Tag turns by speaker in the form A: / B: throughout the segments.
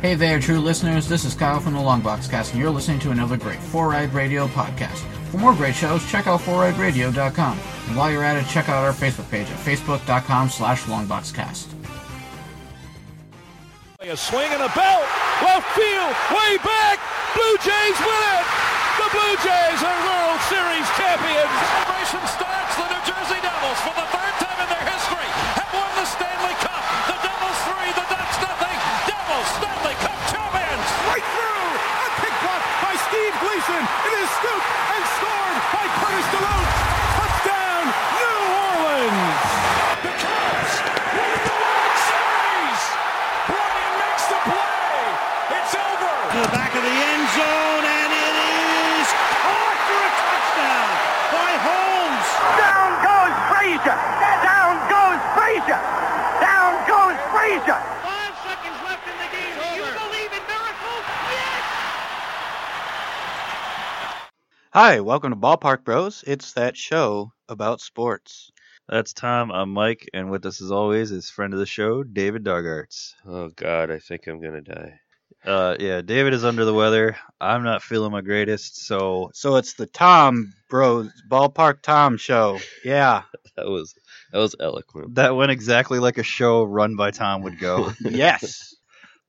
A: Hey there, true listeners. This is Kyle from the Longbox Cast, and you're listening to another great Four Eyed Radio podcast. For more great shows, check out foureyedradio.com. And while you're at it, check out our Facebook page at facebook.com slash longboxcast.
B: A swing and a belt. Left field. Way back. Blue Jays win it. The Blue Jays are World Series champions.
C: Celebration starts. The New Jersey Devils, for the third time in their history, have won the Stanley Cup. The Devils three. The Ducks nothing. Devils Stanley Cup champions.
D: Right through. A pick block by Steve Gleason. It is scooped and scored by Curtis DeLoach. Touchdown, New Orleans.
C: The Cubs win the World Series. Bryant makes the play. It's over.
E: to the back of the end zone, and it is caught for a touchdown by Holmes.
F: Down goes Frazier! Down goes Frazier! Down goes Frazier!
G: Five seconds left in the game. Do you believe in miracles? Yes!
H: Hi, welcome to Ballpark Bros. It's that show about sports.
I: That's Tom. I'm Mike, and with us as always is friend of the show, David Dogarts.
J: Oh God, I think I'm gonna die.
I: Uh, yeah, David is under the weather. I'm not feeling my greatest, so
H: So it's the Tom Bros Ballpark Tom show. Yeah,
J: That was that was eloquent.
I: that went exactly like a show run by Tom would go.
H: yes.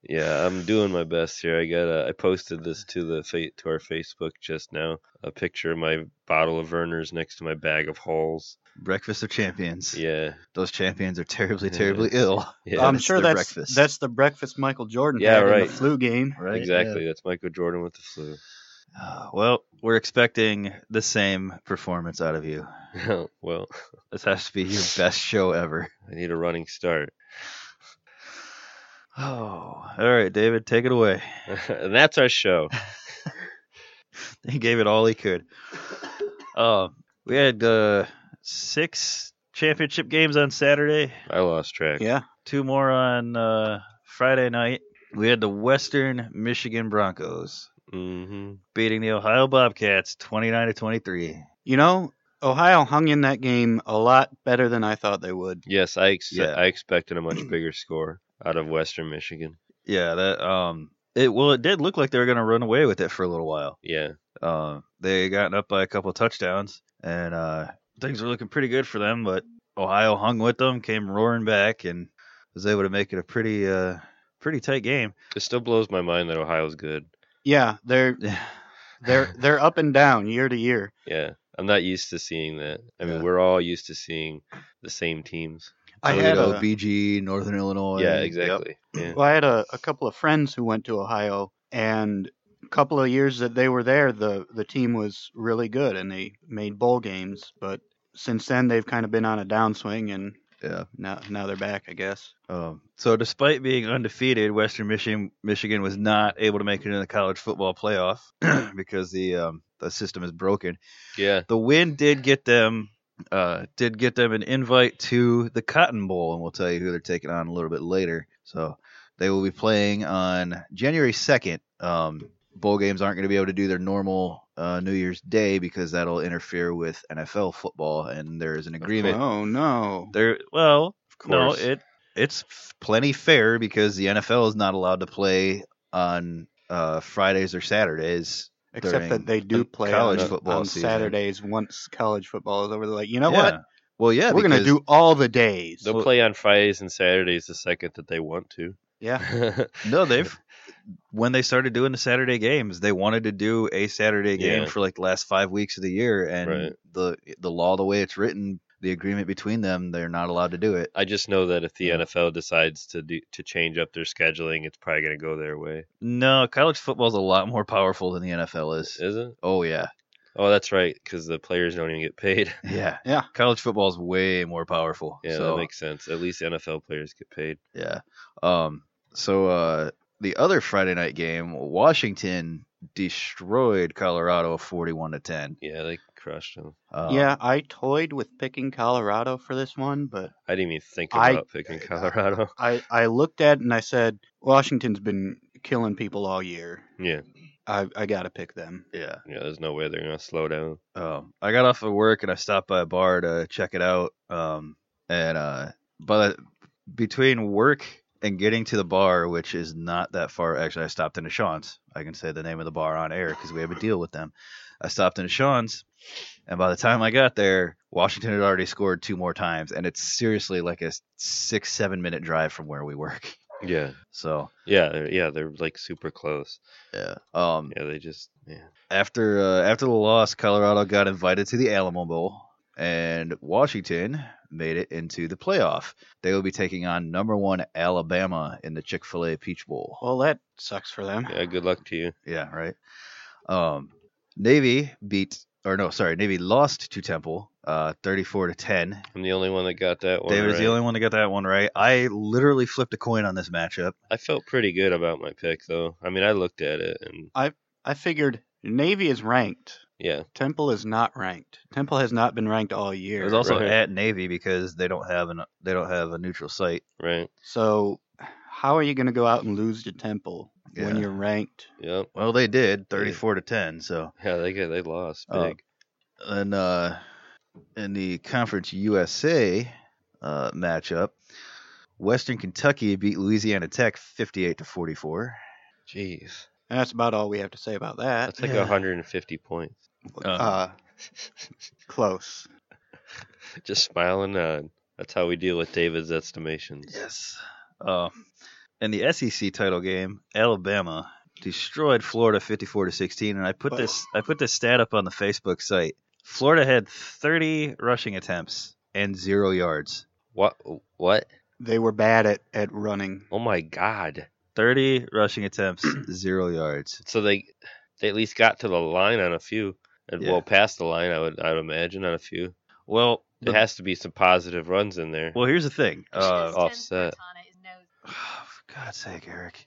J: Yeah, I'm doing my best here. I got a, I posted this to the fa- to our Facebook just now. A picture of my bottle of Verner's next to my bag of holes.
I: breakfast of champions.
J: Yeah,
I: Those champions are terribly,
J: Yeah.
I: terribly ill.
J: yeah,
I: Um,
H: I'm
I: that's
H: sure
I: the
H: that's
I: breakfast.
H: that's the breakfast Michael Jordan
J: Yeah,
H: had in
J: right.
H: the flu game.
I: Right?
J: exactly. That's Michael Jordan with the flu.
I: Uh, well, we're expecting the same performance out of you.
J: well,
I: This has to be your best show ever.
J: I need a running start,
I: Oh, all right, David, take it away.
J: and that's our show.
I: he gave it all he could. Um, we had uh, six championship games on Saturday,
J: I lost track.
H: Yeah.
I: two more on uh, Friday night. We had the Western Michigan Broncos
J: hmm
I: beating the Ohio Bobcats 29 to 23.
H: You know, Ohio hung in that game a lot better than I thought they would.
J: Yes, I ex-
I: Yeah.
J: I expected a much bigger score out of Western Michigan.
I: Yeah, that um, it well, it did look like they were gonna run away with it for a little while.
J: Yeah,
I: Um, they gotten up by a couple touchdowns, and uh, things were looking pretty good for them. But Ohio hung with them, came roaring back, and was able to make it a pretty, uh, pretty tight game.
J: it still blows my mind that Ohio's good.
H: Yeah, they're they're they're up and down year to year.
J: Yeah, I'm not used to seeing that. I mean,
I: Yeah.
J: we're all used to seeing the same teams.
H: I had a,
I: BG, Northern Illinois.
J: yeah, exactly. Yeah.
H: Well, I had a, a couple of friends who went to Ohio, and a couple of years that they were there, the the team was really good, and they made bowl games. But since then, they've kind of been on a downswing, and
I: Yeah.
H: now now they're back, I guess.
I: Um, so despite being undefeated, Western Michigan Michigan was not able to make it into the college football playoff because the um, the system is broken.
J: yeah.
I: The win did get them uh, did get them an invite to the Cotton Bowl, and we'll tell you who they're taking on a little bit later. So they will be playing on January second. Um, bowl games aren't going to be able to do their normal uh, New Year's Day because that'll interfere with NFL football, and there is an agreement.
H: Oh no!
I: There, well,
J: Of
I: no,
J: course.
I: it it's f- plenty fair because the NFL is not allowed to play on uh, Fridays or Saturdays.
H: Except that
I: during
H: they do
I: the
H: play
I: college
H: on,
I: football
H: on
I: season.
H: Saturdays once college football is over. They're like, you know
I: Yeah.
H: what?
I: Well, yeah,
H: We're gonna
I: because-
H: do all the days.
J: They'll play on Fridays and Saturdays the second that they want to.
H: Yeah,
I: No, they've when they started doing the Saturday games, they wanted to do a Saturday game
J: Yeah.
I: for like the last five weeks of the year, and
J: Right.
I: the the law, the way it's written, the agreement between them, they're not allowed to do it.
J: I just know that if the NFL decides to do, to change up their scheduling, it's probably going to go their way.
I: No, college football's a lot more powerful than the NFL is.
J: Is it?
I: Oh yeah,
J: Oh, that's right, because the players don't even get paid.
I: yeah,
H: Yeah.
I: College football's way more powerful.
J: Yeah,
I: so,
J: that makes sense. At least NFL players get paid.
I: Yeah. Um. So uh, the other Friday night game, Washington destroyed Colorado forty-one to ten.
J: Yeah, they crushed them.
I: Uh,
H: yeah. I toyed with picking Colorado for this one, but
J: I didn't even think
H: I-
J: about picking Colorado.
H: I I looked at it and I said, Washington's been killing people all year.
J: yeah,
H: I I gotta pick them.
I: Yeah.
J: yeah. There's no way they're going to slow down.
I: um, I got off of work and I stopped by a bar to check it out. Um, and uh, but between work and getting to the bar, which is not that far. Actually, I stopped in a Sean's. I can say the name of the bar on air because we have a deal with them. I stopped in a Sean's, and by the time I got there, Washington had already scored two more times, and it's seriously like a six, seven minute drive from where we work.
J: Yeah.
I: So
J: Yeah, they're, yeah, they're like super close.
I: Yeah. Um.
J: Yeah, they just yeah.
I: after uh, after the loss, Colorado got invited to the Alamo Bowl, and Washington made it into the playoff. They will be taking on number one Alabama in the Chick Fil A Peach Bowl.
H: Well, that sucks for them.
J: Yeah, good luck to you.
I: Yeah, right. Um, Navy beat, or no, sorry, Navy lost to Temple, uh, thirty-four to ten.
J: I'm the only one that got that one.
I: David is the
J: right.
I: only one that got that one right. I literally flipped a coin on this matchup.
J: I felt pretty good about my pick though. I mean, I looked at it and
H: I figured Navy is ranked.
J: yeah,
H: Temple is not ranked. Temple has not been ranked all year.
I: It was also
J: Right.
I: at Navy because they don't have an they don't have a neutral site.
J: right.
H: so how are you going to go out and lose to Temple when
I: Yeah.
H: you're ranked?
J: Yep.
I: Well, they did thirty-four to ten. So
J: Yeah, they got they lost
I: Uh,
J: big.
I: in uh, in the Conference USA uh, matchup, Western Kentucky beat Louisiana Tech fifty-eight to forty-four.
J: Jeez.
H: And that's about all we have to say about that.
J: That's like
I: yeah.
J: 150 points.
H: Uh,
I: Ah,
H: close.
J: Just smile and nod. That's how we deal with David's estimations.
I: Yes. Uh, in the SEC title game, Alabama destroyed Florida 54 to 16, and I put
H: Wow.
I: this I put this stat up on the Facebook site. Florida had 30 rushing attempts and zero yards.
J: What? What?
H: They were bad at, at running.
J: Oh my God!
I: 30 rushing attempts, zero yards.
J: So they they at least got to the line on a few, and
I: Yeah.
J: well past the line, I would I would imagine on a few.
I: Well,
J: There
I: the-
J: has to be some positive runs in there.
I: well, here's the thing. Uh,
J: offset.
I: for God's sake, Eric.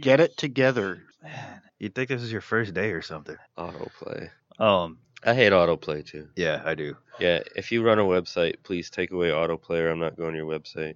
H: Get it together.
I: Man, you'd think this was your first day or something.
J: Autoplay.
I: Um,
J: I hate autoplay too.
I: yeah, I do.
J: Yeah, if you run a website, please take away autoplay, or I'm not going to your website.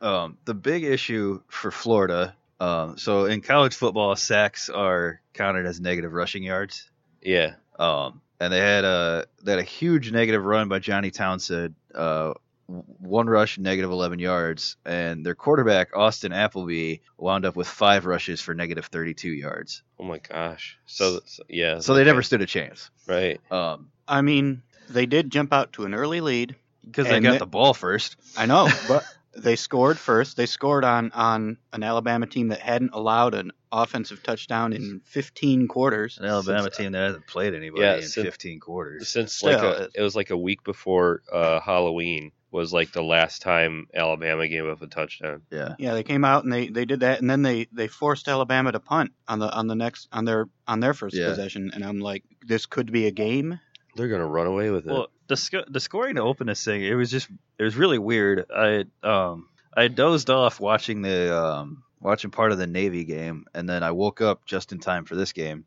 I: um, the big issue for Florida. Um, so in college football, sacks are counted as negative rushing yards.
J: Yeah,
I: Um, and they had a they had a huge negative run by Johnny Townsend. Uh, w- one rush, negative 11 yards, and their quarterback Austin Appleby wound up with five rushes for negative 32 yards.
J: Oh my gosh. So, so- yeah.
I: So they never
J: okay.
I: stood a chance.
J: right.
I: Um,
H: I mean, they did jump out to an early lead.
I: because they
H: And
I: got
H: the-
I: the ball first.
H: I know, but they scored first. They scored on, on an Alabama team that hadn't allowed an offensive touchdown in 15 quarters.
I: An Alabama team that hasn't played anybody
J: uh, Yeah,
I: in
J: since-
I: 15 quarters.
J: Since like
H: Still,
J: a,
H: it-
J: it was like a week before uh, Halloween was like the last time Alabama gave up a touchdown.
I: Yeah.
H: Yeah, they came out and they, they did that, and then they, they forced Alabama to punt on the on the next on their on their first
I: Yeah.
H: possession, and I'm like, this could be a game.
J: They're gonna run away with it.
I: Well, the sc- the scoring to open this thing, it was just it was really weird. I um I dozed off watching the um watching part of the Navy game, and then I woke up just in time for this game.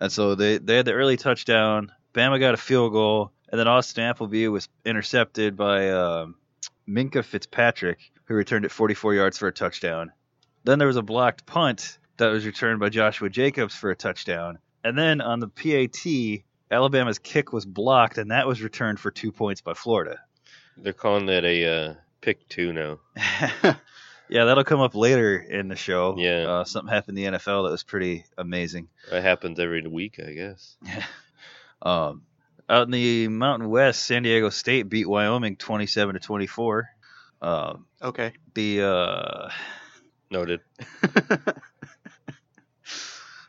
I: And so they they had the early touchdown. Bama got a field goal, and then Austin Appleby was intercepted by um, Minka Fitzpatrick, who returned it 44 yards for a touchdown. Then there was a blocked punt that was returned by Joshua Jacobs for a touchdown. And then on the PAT, Alabama's kick was blocked, and that was returned for two points by Florida.
J: They're calling that a uh, pick two now.
I: yeah, that'll come up later in the show.
J: Yeah.
I: uh, something happened in the NFL that was pretty amazing.
J: That happens every week, I guess.
I: Um, out in the Mountain West, San Diego State beat Wyoming twenty-seven to twenty-four. Um,
H: Okay,
I: the uh,
J: Noted.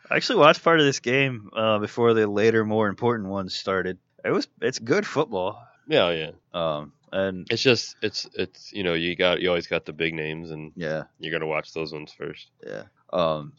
I: I actually watched part of this game uh, before the later, more important ones started. It was it's good football.
J: Yeah, yeah.
I: Um, and
J: It's just it's it's you know you got you always got the big names and
I: yeah,
J: you're gonna watch those ones first.
I: Yeah. Um,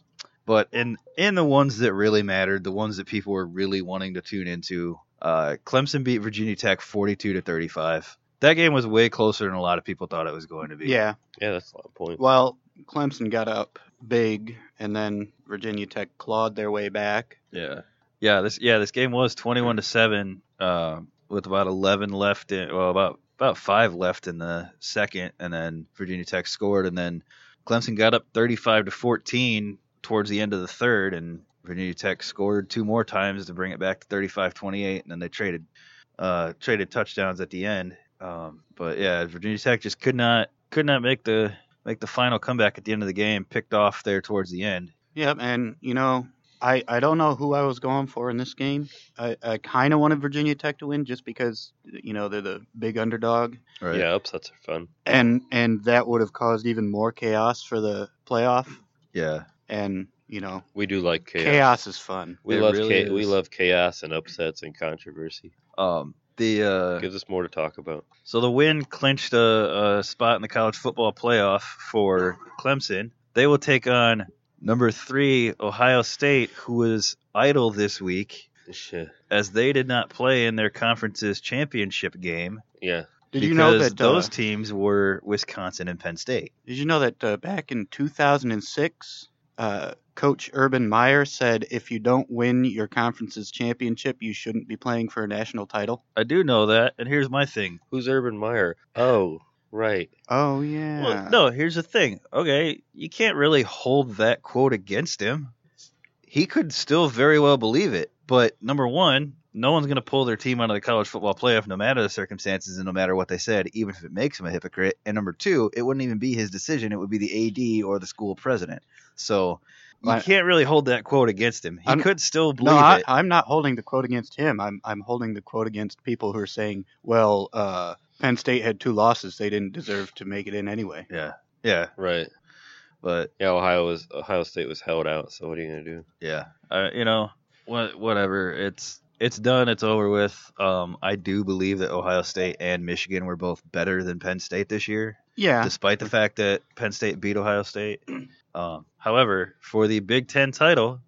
I: but in in the ones that really mattered, the ones that people were really wanting to tune into, uh, Clemson beat Virginia Tech forty-two to thirty-five. That game was way closer than a lot of people thought it was going to be.
H: yeah.
J: Yeah, that's a lot of points.
H: Well, Clemson got up big, and then Virginia Tech clawed their way back.
I: Yeah. Yeah. This yeah this game was twenty-one to seven, um, with about eleven left in well about about five left in the second, and then Virginia Tech scored, and then Clemson got up thirty-five to fourteen towards the end of the third, and Virginia Tech scored two more times to bring it back to 35-28, and then they traded uh, traded touchdowns at the end. Um, but yeah, Virginia Tech just could not could not make the make the final comeback at the end of the game, picked off there towards the end.
H: Yep, and you know, I, I don't know who I was going for in this game. I, I kind of wanted Virginia Tech to win just because you know they're the big underdog,
I: Right.
J: Yeah, upsets are fun.
H: and and that would have caused even more chaos for the playoff.
I: Yeah.
H: And you know,
J: We do like chaos.
H: chaos is fun.
J: We
I: It
J: love
I: really
J: cha- we
I: is.
J: love chaos and upsets and controversy.
I: Um, the uh,
J: Gives us more to talk about.
I: So the win clinched a, a spot in the college football playoff for Clemson. They will take on number three Ohio State, who was idle this week
J: Shit.
I: as they did not play in their conference's championship game.
J: Yeah.
H: Did you know
I: because
H: that uh,
I: those teams were Wisconsin and Penn State?
H: Did you know that uh, back in 2006, uh, Coach Urban Meyer said, if you don't win your conference's championship, you shouldn't be playing for a national title?
I: I do know that, and here's my thing.
J: Who's Urban Meyer? Oh, right.
H: Oh, yeah.
I: Well, no, here's the thing. Okay, you can't really hold that quote against him. He could still very well believe it, but number one, no one's going to pull their team out of the college football playoff, no matter the circumstances and no matter what they said, even if it makes him a hypocrite. And number two, it wouldn't even be his decision; it would be the AD or the school president. So you
H: Well, I-
I: can't really hold that quote against him. He
H: I'm-
I: could still
H: No,
I: believe
H: I,
I: it.
H: I'm not holding the quote against him. I'm, I'm holding the quote against people who are saying, well, uh, Penn State had two losses. They didn't deserve to make it in anyway.
I: yeah,
J: Right.
I: but
J: Yeah, Ohio was Ohio State was held out, so what are you gonna do?
I: yeah, I, you know, wha- whatever. It's it's done. It's over with. Um, I do believe that Ohio State and Michigan were both better than Penn State this year,
H: Yeah.
I: despite the fact that Penn State beat Ohio State. Um, however, for the Big Ten title,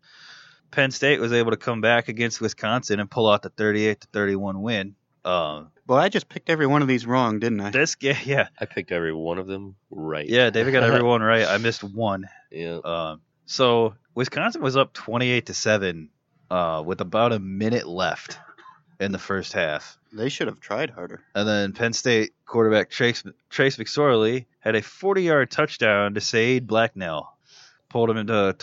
I: Penn State was able to come back against Wisconsin and pull out the 38 to 31 win. Um,
H: well, I just picked every one of these wrong, didn't I?
I: this game, yeah,
J: I picked every one of them right.
I: yeah, David got everyone right. I missed one.
J: Yeah.
I: Um, so Wisconsin was up 28 to seven uh, with about a minute left in the first half,
H: They should have tried harder.
I: and then Penn State quarterback Trace Trace McSorley had a 40-yard touchdown to Said Blacknell, pulled him into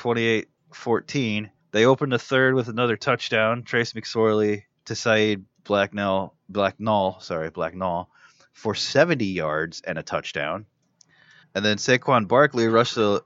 I: 28-14. They opened the third with another touchdown, Trace McSorley to Said Blacknell Blacknall, sorry Blacknall, for 70 yards and a touchdown. And then Saquon Barkley rushed the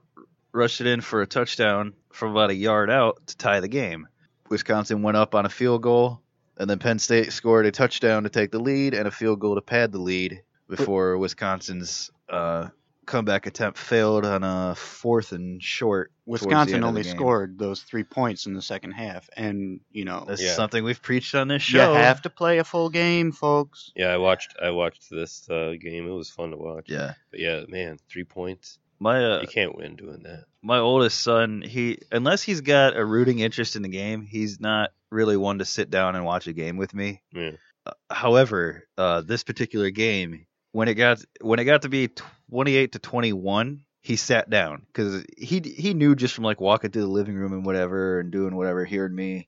I: rushed it in for a touchdown from about a yard out to tie the game. Wisconsin went up on a field goal, and then Penn State scored a touchdown to take the lead and a field goal to pad the lead before Wisconsin's uh, comeback attempt failed on a fourth and short. towards the
H: Wisconsin
I: end of the
H: only
I: game.
H: scored those three points in the second half. And, you know,
I: This
J: Yeah.
I: is something we've preached on this
H: you
I: show.
H: have to play a full game, folks.
J: Yeah, I watched I watched this uh, game. It was fun to watch.
I: Yeah.
J: But yeah, man, three points.
I: My uh,
J: You can't win doing that.
I: my oldest son, he unless he's got a rooting interest in the game, he's not really one to sit down and watch a game with me.
J: Yeah.
I: Uh, however, uh, this particular game, when it got when it got to be twenty eight to twenty one, he sat down because he he knew just from like walking through the living room and whatever and doing whatever, hearing me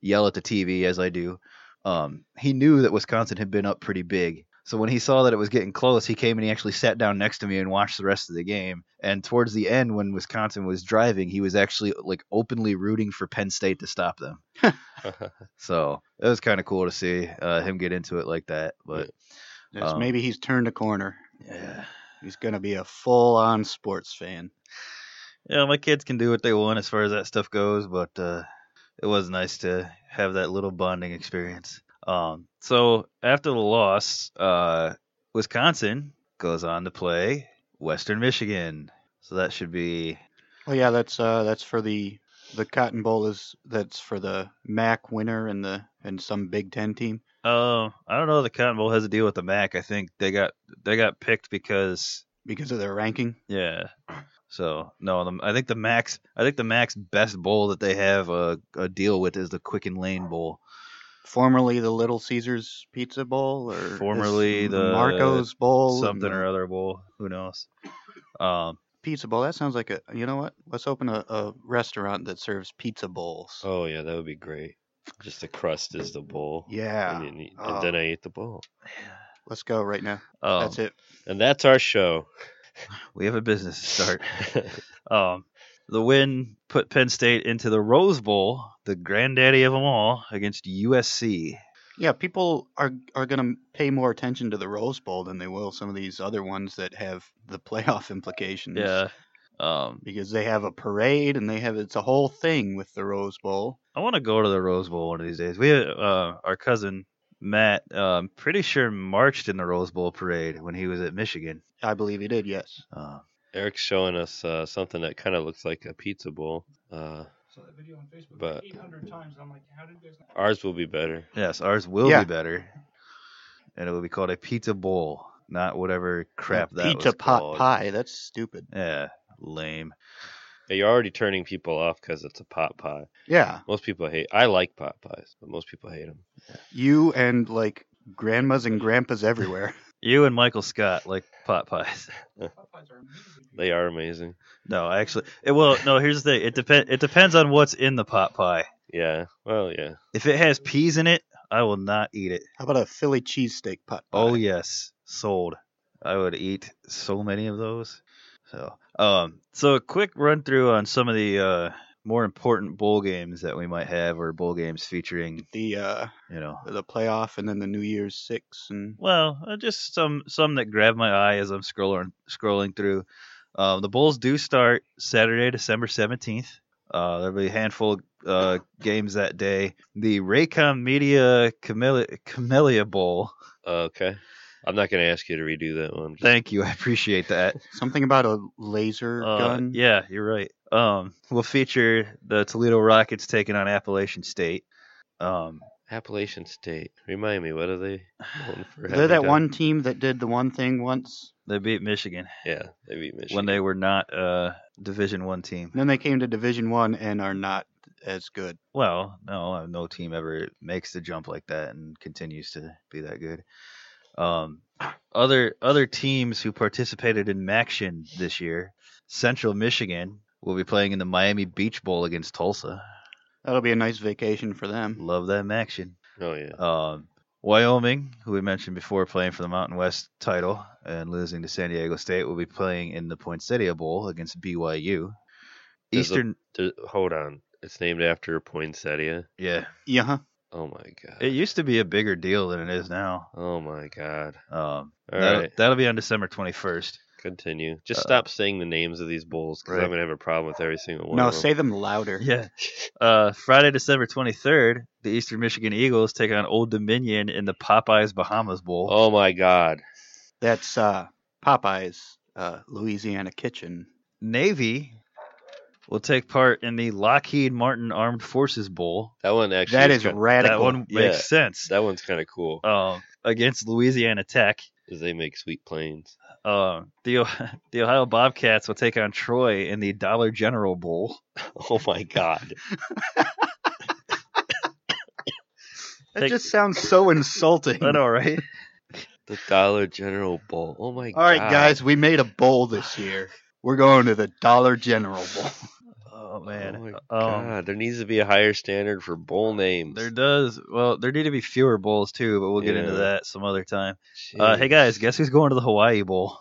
I: yell at the TV as I do. Um, he knew that Wisconsin had been up pretty big. So when he saw that it was getting close, he came and he actually sat down next to me and watched the rest of the game. And towards the end, when Wisconsin was driving, he was actually like openly rooting for Penn State to stop them. So it was kind of cool to see uh, him get into it like that. But
H: Yes,
I: Um,
H: maybe he's turned a corner.
I: yeah,
H: He's gonna be a full-on sports fan.
I: yeah, my kids can do what they want as far as that stuff goes, but uh, it was nice to have that little bonding experience. Um, so after the loss, uh, Wisconsin goes on to play Western Michigan. So that should be
H: Well, yeah, that's uh, that's for the the Cotton Bowl is that's for the MAC winner and the and some Big Ten team.
I: Um, I don't know. The Cotton Bowl has a deal with the MAC. I think they got they got picked because
H: Because of their ranking,
I: yeah. So no, the, I think the MAC's I think the MAC's best bowl that they have a, a deal with is the Quicken Lane Bowl.
H: formerly the Little Caesars Pizza Bowl, or this
I: Formerly the
H: Marco's Bowl,
I: Something
H: and
I: or other bowl. Who knows? Um,
H: Pizza Bowl. That sounds like a. You know what? Let's open a, a restaurant that serves pizza bowls.
J: oh yeah, that would be great. Just the crust is the bowl.
H: yeah,
J: And, you need-
H: Oh.
J: and then I ate the bowl.
H: let's go right now.
I: um,
H: that's it.
J: And that's our show.
I: We have a business to start. Um, the win put Penn State into the Rose Bowl, the granddaddy of them all, against USC.
H: Yeah, people are are going to pay more attention to the Rose Bowl than they will some of these other ones that have the playoff implications.
I: Yeah. Um,
H: because they have a parade and they have it's a whole thing with the Rose Bowl.
I: I want to go to the Rose Bowl one of these days. We had uh, our cousin Matt, uh, I'm pretty sure marched in the Rose Bowl parade when he was at Michigan.
H: I believe he did. Yes.
I: Uh,
J: Eric's showing us uh, something that kind of looks like a pizza bowl. Uh,
K: saw that video on Facebook
J: But-
K: 800 times. And I'm like, how did you guys not?
J: ours will be better.
I: yes, ours will
H: Yeah.
I: be better, and it will be called a pizza bowl, not whatever crap that
H: pizza
I: was
H: pot
I: called.
H: pie. That's stupid.
I: Yeah, lame.
J: Yeah, You're already turning people off because it's a pot pie.
H: Yeah,
J: Most people hate. I like pot pies, but most people hate them.
H: you and like grandmas and grandpas everywhere.
I: You and Michael Scott like pot pies.
K: Popeyes are amazing.
J: They are amazing.
I: No, I actually, it, well, no. Here's the thing. It depend. It depends on what's in the pot pie.
J: Yeah. Well, yeah.
I: If it has peas in it, I will not eat it.
H: How about a Philly cheesesteak pot pie?
I: Oh yes, sold. I would eat so many of those. So, um, so a quick run through on some of the uh, more important bowl games that we might have, or bowl games featuring,
H: the uh
I: you know,
H: the playoff and then the New Year's six and
I: well, uh, just some some that grab my eye as I'm scrolling scrolling through. Um, the bowls do start Saturday, December seventeenth. Uh, there'll be a handful of uh, games that day. The Raycom Media Camellia, Camellia Bowl.
J: okay. I'm not going to ask you to redo that one. Just-
I: Thank you, I appreciate that.
H: something about a laser
I: Uh,
H: gun.
I: Yeah, you're right. Um, will feature the Toledo Rockets taking on Appalachian State. Um,
J: Appalachian State. Remind me, what are they? known for
H: They're
J: having
H: that
J: done?
H: one team that did the one thing once.
I: they beat Michigan,
J: Yeah, they beat Michigan.
I: when they were not a Division One team.
H: And then they came to Division One and are not as good.
I: Well, no, uh, no team ever makes the jump like that and continues to be that good. Um, other other teams who participated in Maction this year, Central Michigan will be playing in the Miami Beach Bowl against Tulsa.
H: That'll be a nice vacation for them.
I: Love that Maction.
J: Oh yeah.
I: Um, Wyoming, who we mentioned before, playing for the Mountain West title and losing to San Diego State, will be playing in the Poinsettia Bowl against BYU.
J: There's a-
I: Eastern,
J: There- hold on. It's named after poinsettia.
I: yeah,
H: Yeah. huh?
J: Oh my god.
I: it used to be a bigger deal than it is now.
J: oh my god.
I: Um,
J: All
I: that'll,
J: right.
I: that'll be on December 21st.
J: Continue. Just
I: Uh,
J: stop saying the names of these bowls because
I: right.
J: I'm gonna have a problem with every single one.
H: No,
J: of them.
H: say them louder.
I: Yeah, uh, Friday, December 23rd, the Eastern Michigan Eagles take on Old Dominion in the Popeyes Bahamas Bowl.
J: Oh my god.
H: That's uh, Popeye's uh, Louisiana Kitchen.
I: Navy will take part in the Lockheed Martin Armed Forces Bowl.
J: That one actually.
H: that is uh,
J: kind
H: radical.
I: That one
J: Yeah.
I: makes sense.
J: that one's kind of cool.
I: um, against Louisiana Tech.
J: 'cause they make sweet planes.
I: Uh, the O- the Ohio Bobcats will take on Troy in the Dollar General Bowl.
J: Oh my god.
H: that
I: Take-
H: just sounds so insulting.
I: I know, right?
J: the Dollar General Bowl. Oh my god.
H: All right, guys, we made a bowl this year. We're going to the Dollar General Bowl.
I: Oh man.
H: uh,
J: Oh my
I: um,
J: god. There needs to be a higher standard for bowl names.
I: There does well. There need to be fewer bowls too, but we'll get into
J: Yeah.
I: that some other time. Uh, hey
J: Jeez.
I: guys, guess who's going to the Hawaii Bowl?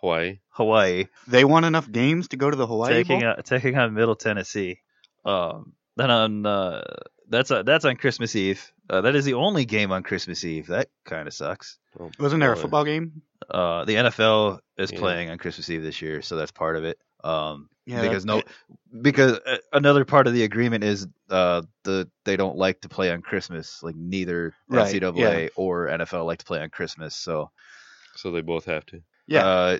J: Hawaii.
I: Hawaii
H: They won enough games to go to the Hawaii
I: taking
H: Bowl.
I: on, taking on Middle Tennessee. Um, then on uh, that's uh that's on Christmas Eve. Uh, that is the only game on Christmas Eve. That kind of sucks.
J: Oh,
H: Wasn't there a
J: boy.
H: football game?
I: uh, the NFL is
J: Yeah.
I: playing on Christmas Eve this year, so that's part of it. Um,
H: Yeah,
I: because no,
H: that-
I: because uh, another part of the agreement is uh, the they don't like to play on Christmas. Like neither
H: Right,
I: NCAA or NFL like to play on Christmas. So
J: So they both have to.
H: Yeah.
I: uh,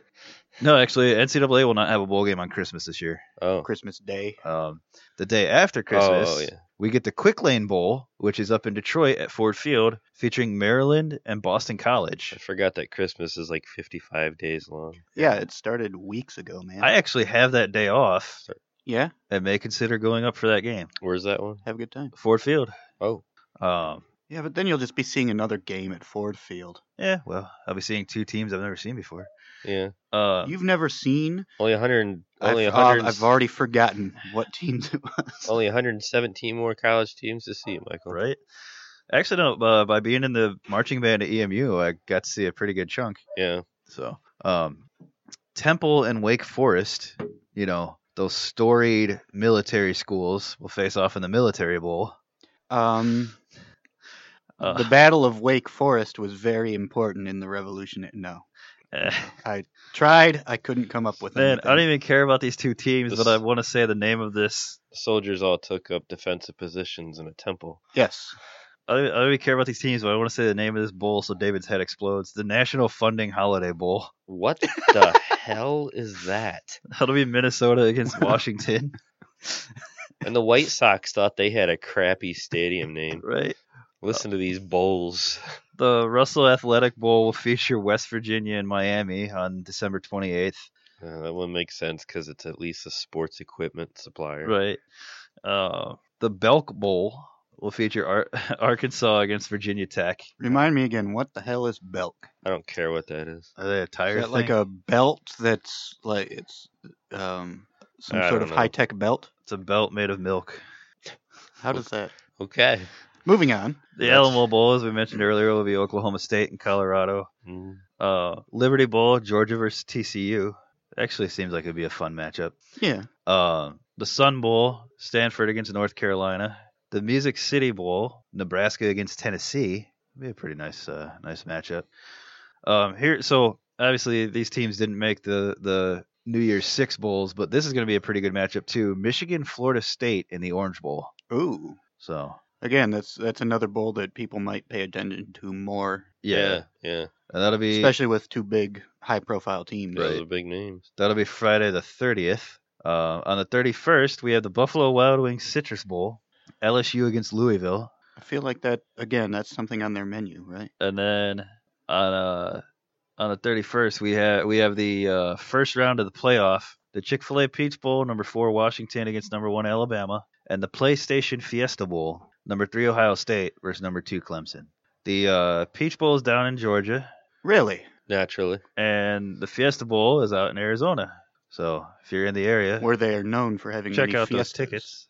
I: no, actually NCAA will not have a bowl game on Christmas this year.
J: Oh.
H: Christmas Day.
I: Um, the day after Christmas,
J: Oh yeah.
I: we get the Quick Lane Bowl, which is up in Detroit at Ford Field, featuring Maryland and Boston College.
J: I forgot that Christmas is like 55 days long.
H: Yeah, it started weeks ago, man.
I: I actually have that day off
H: yeah,
I: and may consider going up for that game.
J: Where's that one?
H: have a good time.
I: Ford Field.
J: Oh.
I: Um,
H: Yeah, but then you'll just be seeing another game at Ford Field.
I: yeah, well, I'll be seeing two teams I've never seen before.
J: Yeah.
I: Uh,
H: You've never seen?
J: Only 100 only
H: I've, uh, um,
J: 100
H: I've already forgotten what teams it was.
J: only 117 more college teams to see, Michael.
I: right? Actually, no. Uh, by being in the marching band at EMU, I got to see a pretty good chunk.
J: Yeah.
I: So, um, Temple and Wake Forest, you know, those storied military schools will face off in the Military Bowl.
H: Um,
J: Uh,
H: the Battle of Wake Forest was very important in the Revolution. No,
I: Eh.
H: I tried. I couldn't come up with
I: Man, I
H: anything.
I: don't even care about these two teams,
J: This-
I: but I want to say the name of this.
J: Soldiers all took up defensive positions in a temple.
H: Yes.
I: I don't, I don't even care about these teams, but I want to say the name of this bowl so David's head explodes. The National Funding Holiday Bowl.
J: What the hell is that?
I: That'll be Minnesota against Washington,
J: And the White Sox thought they had a crappy stadium name.
I: right?
J: Listen to these bowls.
I: The Russell Athletic Bowl will feature West Virginia and Miami on December 28th.
J: Uh, that one makes sense because it's at least a sports equipment supplier.
I: Right. Uh, the Belk Bowl will feature Ar- Arkansas against Virginia Tech.
H: Remind me again. What the hell is belt?
J: I don't care what that is.
I: Are they a
H: Is
I: tire
H: that like
I: thing?
H: a belt that's like it's um some
J: I
H: sort
J: don't
H: of
J: know.
H: high tech belt?
I: It's a belt made of milk.
H: How does that?
J: Okay.
H: Moving on.
I: The
J: That's-
I: Alamo Bowl, as we mentioned earlier, will be Oklahoma State and Colorado.
J: Mm.
I: Uh, Liberty Bowl, Georgia versus TCU. Actually, seems like it'd be a fun matchup.
H: Yeah.
I: Uh, the Sun Bowl, Stanford against North Carolina. The Music City Bowl, Nebraska against Tennessee. Be a pretty nice, uh, nice matchup. Um, here, so obviously these teams didn't make the the New Year's Six bowls, but this is going to be a pretty good matchup too. Michigan, Florida State in the Orange Bowl.
H: Ooh.
I: So
H: Again, that's that's another bowl that people might pay attention to more,
J: Yeah. Yeah.
I: And that'll be
H: especially with two big high profile teams.
J: Those
I: Eh. Right.
J: are big names.
I: That'll be Friday the 30th. Uh, on the 31st, we have the Buffalo Wild Wings Citrus Bowl, LSU against Louisville,
H: I feel like that again. That's something on their menu, right?
I: and then on uh, on the 31st we have we have the uh, first round of the playoff, the Chick Fil A Peach Bowl, number four Washington against number one Alabama, and the PlayStation Fiesta Bowl, number three Ohio State versus number two Clemson. The uh, Peach Bowl is down in Georgia,
H: Really?
J: Naturally.
I: and the Fiesta Bowl is out in Arizona. So if you're in the area,
H: Where they are known for having
I: Uh, check
H: many
I: out
H: fiestas.
I: those tickets.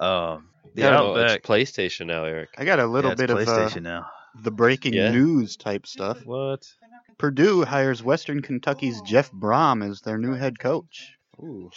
I: Um, the
J: Yeah, oh,
I: Outback.
J: it's PlayStation now, Eric.
H: I got a
I: Yeah,
H: little
I: it's
H: bit of uh,
I: PlayStation now.
H: the breaking
J: Yeah.
H: news type stuff.
I: What?
H: Purdue hires Western Kentucky's Jeff Brom as their new head coach.
I: Ooh.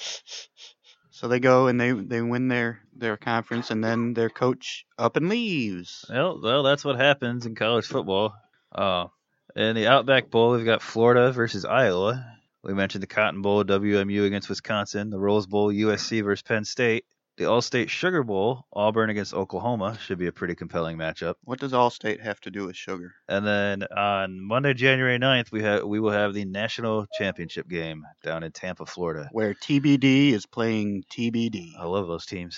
H: So they go and they, they win their, their conference, and then their coach up and leaves.
I: Well, well, that's what happens in college football. Uh, in the Outback Bowl, we've got Florida versus Iowa. We mentioned the Cotton Bowl, WMU against Wisconsin. The Rose Bowl, USC versus Penn State. The All-State Sugar Bowl, Auburn against Oklahoma, should be a pretty compelling matchup.
H: What does Allstate have to do with sugar?
I: And then on Monday, January 9th, we have we will have the national championship game down in Tampa, Florida.
H: Where TBD is playing TBD.
I: I love those teams.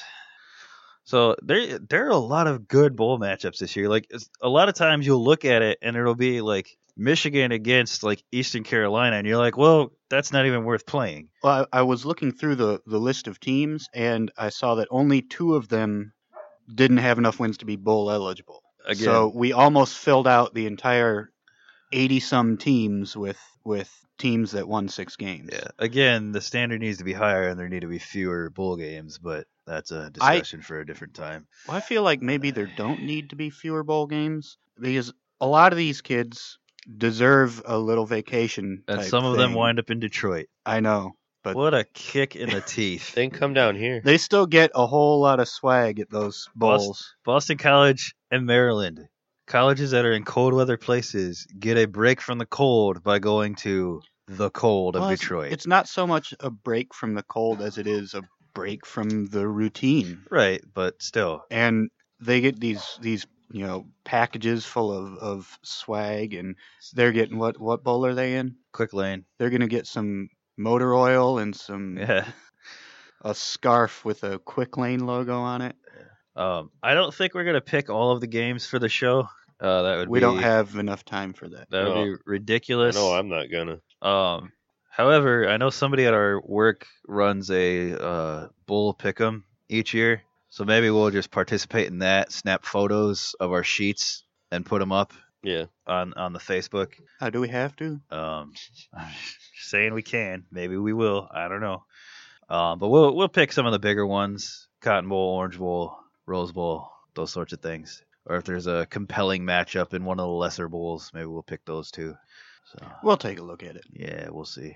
I: So there, there are a lot of good bowl matchups this year. Like it's- a lot of times you'll look at it and it'll be like Michigan against like Eastern Carolina, and you're like, well, that's not even worth playing.
H: Well, I, I was looking through the, the list of teams, and I saw that only two of them didn't have enough wins to be bowl eligible.
I: Again,
H: So we almost filled out the entire 80 some teams with, with teams that won six games.
I: yeah. Again, the standard needs to be higher, and there need to be fewer bowl games, but that's a discussion for a different time.
H: Well, I feel like maybe there don't need to be fewer bowl games because a lot of these kids deserve a little vacation.
I: And
H: type
I: some of them
H: thing.
I: wind up in Detroit.
H: I know, but
I: What a kick in the teeth!
J: Then come down here.
H: they still get a whole lot of swag at those
I: Bust-
H: bowls.
I: Boston College and Maryland. Colleges that are in cold weather places get a break from the cold by going to the cold of
H: Well, it's-
I: Detroit.
H: It's not so much a break from the cold as it is a break from the routine,
I: right, but still.
H: and they get these these you know packages full of of swag, and they're getting what what bowl are they in?
I: Quick lane.
H: They're gonna get some motor oil and some
I: Yeah.
H: a scarf with a quick lane logo on it.
I: Um, I don't think we're gonna pick all of the games for the show. Uh, that would
H: We
I: be,
H: don't have enough time for that.
I: that would
J: No.
I: be ridiculous.
J: No, I'm not gonna.
I: Um, however, I know somebody at our work runs a uh, bull pick'em each year, so maybe we'll just participate in that. Snap photos of our sheets and put them up
J: Yeah.
I: on on the Facebook.
H: Oh, do we have to?
I: Um, I'm just saying we can. Maybe we will. I don't know. Um, but we'll we'll pick some of the bigger ones: Cotton Bowl, Orange Bowl, Rose Bowl, those sorts of things. Or if there's a compelling matchup in one of the lesser bowls, maybe we'll pick those too. So
H: We'll take a look at it.
I: yeah, we'll see.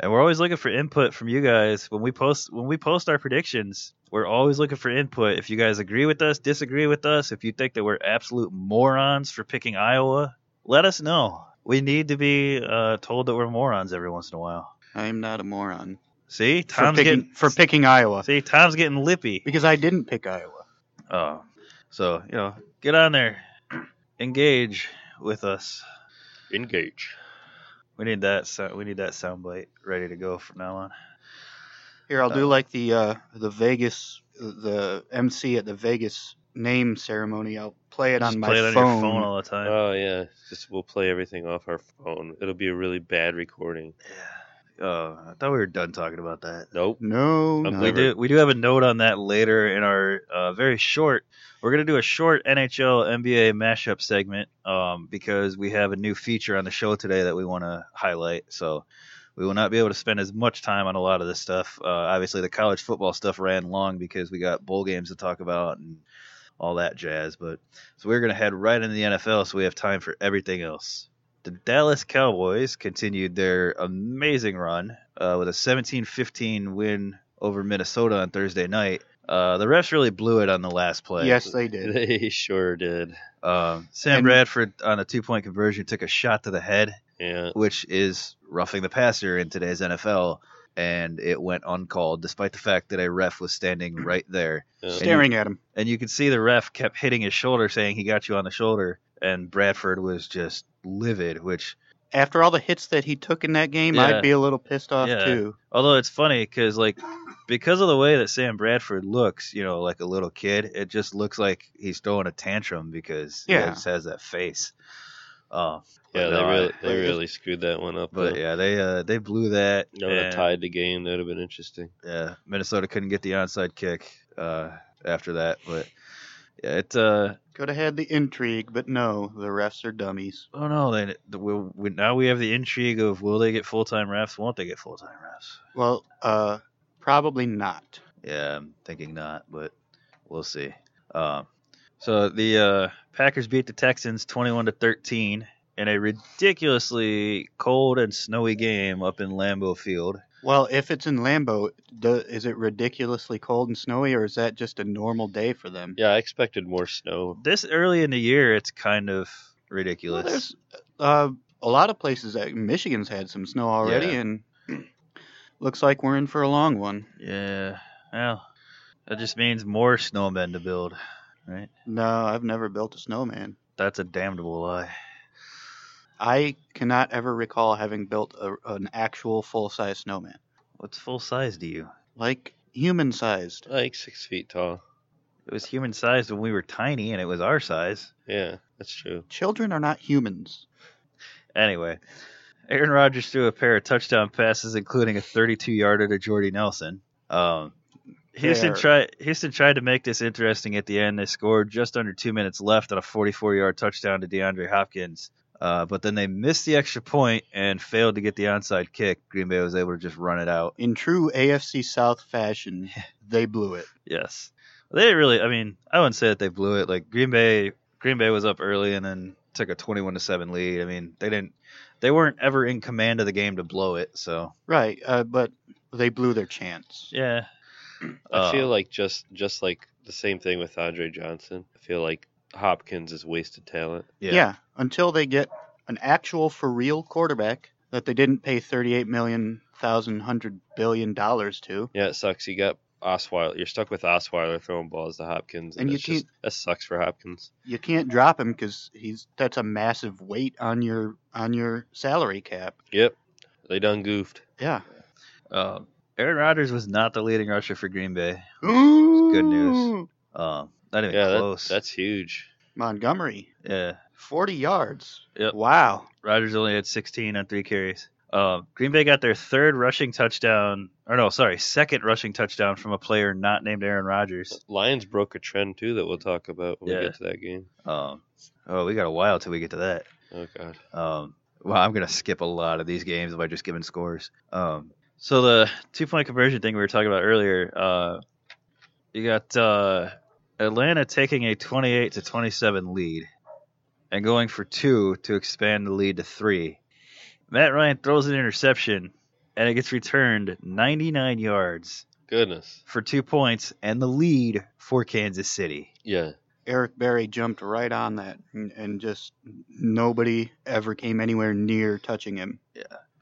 I: and we're always looking for input from you guys when we post when we post our predictions we're always looking for input if you guys agree with us disagree with us if you think that we're absolute morons for picking iowa let us know we need to be uh, told that we're morons every once in a while
H: i'm not a moron
I: see
H: for
I: tom's
H: picking,
I: getting
H: for picking Iowa
I: see tom's getting lippy
H: because I didn't pick Iowa.
I: oh so you know get on there engage with us
J: Engage.
I: we need that so we need that soundbite ready to go from now on
H: Here, I'll do like the uh, the Vegas, the MC at the Vegas name ceremony. I'll play it
I: Just
H: on my
I: play it on
H: phone.
I: your phone all the time
J: Oh yeah, just we'll play everything off our phone. It'll be a really bad recording.
I: Oh, I thought we were done talking about that.
J: Nope.
H: No,
J: I'm
H: no.
I: We do we do have a note on that later in our uh, very short. We're gonna do a short NHL NBA mashup segment um, because we have a new feature on the show today that we want to highlight. So we will not be able to spend as much time on a lot of this stuff. Uh, obviously, the college football stuff ran long because we got bowl games to talk about and all that jazz. But so we're gonna head right into the NFL, so we have time for everything else. The Dallas Cowboys continued their amazing run uh, with a 17-15 win over Minnesota on Thursday night. Uh, the refs really blew it on the last play.
H: Yes, they did.
J: They sure did.
I: Um, Sam
H: And-
I: Bradford on a two-point conversion took a shot to the head,
J: Yeah.
I: which is roughing the passer in today's NFL, and it went uncalled despite the fact that a ref was standing right there.
J: Yeah.
I: And you-
H: Staring at him.
I: and you could see the ref kept hitting his shoulder, saying he got you on the shoulder, and Bradford was just livid. Which,
H: After all the hits that he took in that game,
I: Yeah.
H: I'd be a little pissed off
I: Yeah.
H: too.
I: although it's funny because like because of the way that Sam Bradford looks, you know, like a little kid, it just looks like he's throwing a tantrum because he
H: Yeah.
I: just has that face. Uh, but
J: Yeah, they
I: no,
J: really,
I: I-
J: they really screwd that one up.
I: But
J: though.
I: yeah, they uh, they blew that.
J: That would have
I: and-
J: tied the game. That would have been interesting.
I: yeah, Minnesota couldn't get the onside kick uh, after that, but yeah, it. Uh,
H: Could have had the intrigue, but no, the refs are dummies.
I: oh no, they, the, we, we, now we have the intrigue of will they get full time refs? Won't they get full time refs?
H: Well, uh, probably not.
I: Yeah, I'm thinking not, but we'll see. Um, so the uh, Packers beat the Texans 21 to 13 in a ridiculously cold and snowy game up in Lambeau Field.
H: Well, if it's in Lambeau, do, is it ridiculously cold and snowy, or is that just a normal day for them?
J: Yeah, I expected more snow.
I: This early in the year, it's kind of ridiculous.
H: Well, there's uh, a lot of places. That, Michigan's had some snow already,
I: Yeah.
H: and looks like we're in for a long one.
I: yeah, well, that just means more snowmen to build, right?
H: No, I've never built a snowman.
I: That's a damnable lie.
H: I cannot ever recall having built a, an actual full size snowman,
I: What's full size to you?
H: like human sized.
J: Like six feet tall.
I: It was human sized when we were tiny, and it was our size.
J: Yeah, that's true.
H: Children are not humans.
I: Anyway, Aaron Rodgers threw a pair of touchdown passes, including a 32-yarder to Jordy Nelson. Um, Houston
H: Fair.
I: tried. Houston tried to make this interesting at the end. They scored just under two minutes left on a 44-yard touchdown to DeAndre Hopkins. Uh, but then they missed the extra point and failed to get the onside kick. Green Bay was able to just run it out.
H: In true AFC South fashion, they blew it.
I: Yes, they didn't really. I mean, I wouldn't say that they blew it. Like Green Bay, Green Bay was up early and then took a 21 to seven lead. I mean, they didn't. They weren't ever in command of the game to blow it. So
H: Right, uh, but they blew their chance.
I: Yeah. Uh,
J: I feel like just just like the same thing with Andre Johnson. I feel like Hopkins is wasted talent.
H: Yeah. until they get an actual for real quarterback that they didn't pay thirty-eight million thousand hundred billion dollars to.
J: Yeah, it sucks. You got Osweiler. You're stuck with Osweiler throwing balls to Hopkins, and,
H: And you
J: it's just that sucks for Hopkins.
H: You can't drop him because he's that's a massive weight on your on your salary cap.
J: Yep, they done goofed.
H: Yeah.
I: um, Aaron Rodgers was not the leading rusher for Green Bay.
H: Good
I: news. Um, not even
J: Yeah, that-
I: close.
J: that's huge.
H: Montgomery,
I: yeah.
H: forty yards.
I: Yep.
H: Wow.
I: Rodgers only had 16 on three carries. Um, Green Bay got their third rushing touchdown, or no, sorry, second rushing touchdown from a player not named Aaron Rodgers.
J: Lions broke a trend too that we'll talk about when
I: Yeah.
J: we get to that game.
I: Um, oh, we got a while till we get to that.
J: Oh God.
I: Um, well, I'm gonna skip a lot of these games by just giving scores. Um, so the two point conversion thing we were talking about earlier, uh, you got uh, Atlanta taking a 28 to 27 lead and going for two to expand the lead to three. Matt Ryan throws an interception and it gets returned 99 yards
J: Goodness.
I: for two points and the lead for Kansas City.
J: Yeah.
H: Eric Berry jumped right on that, and, and just nobody ever came anywhere near touching him.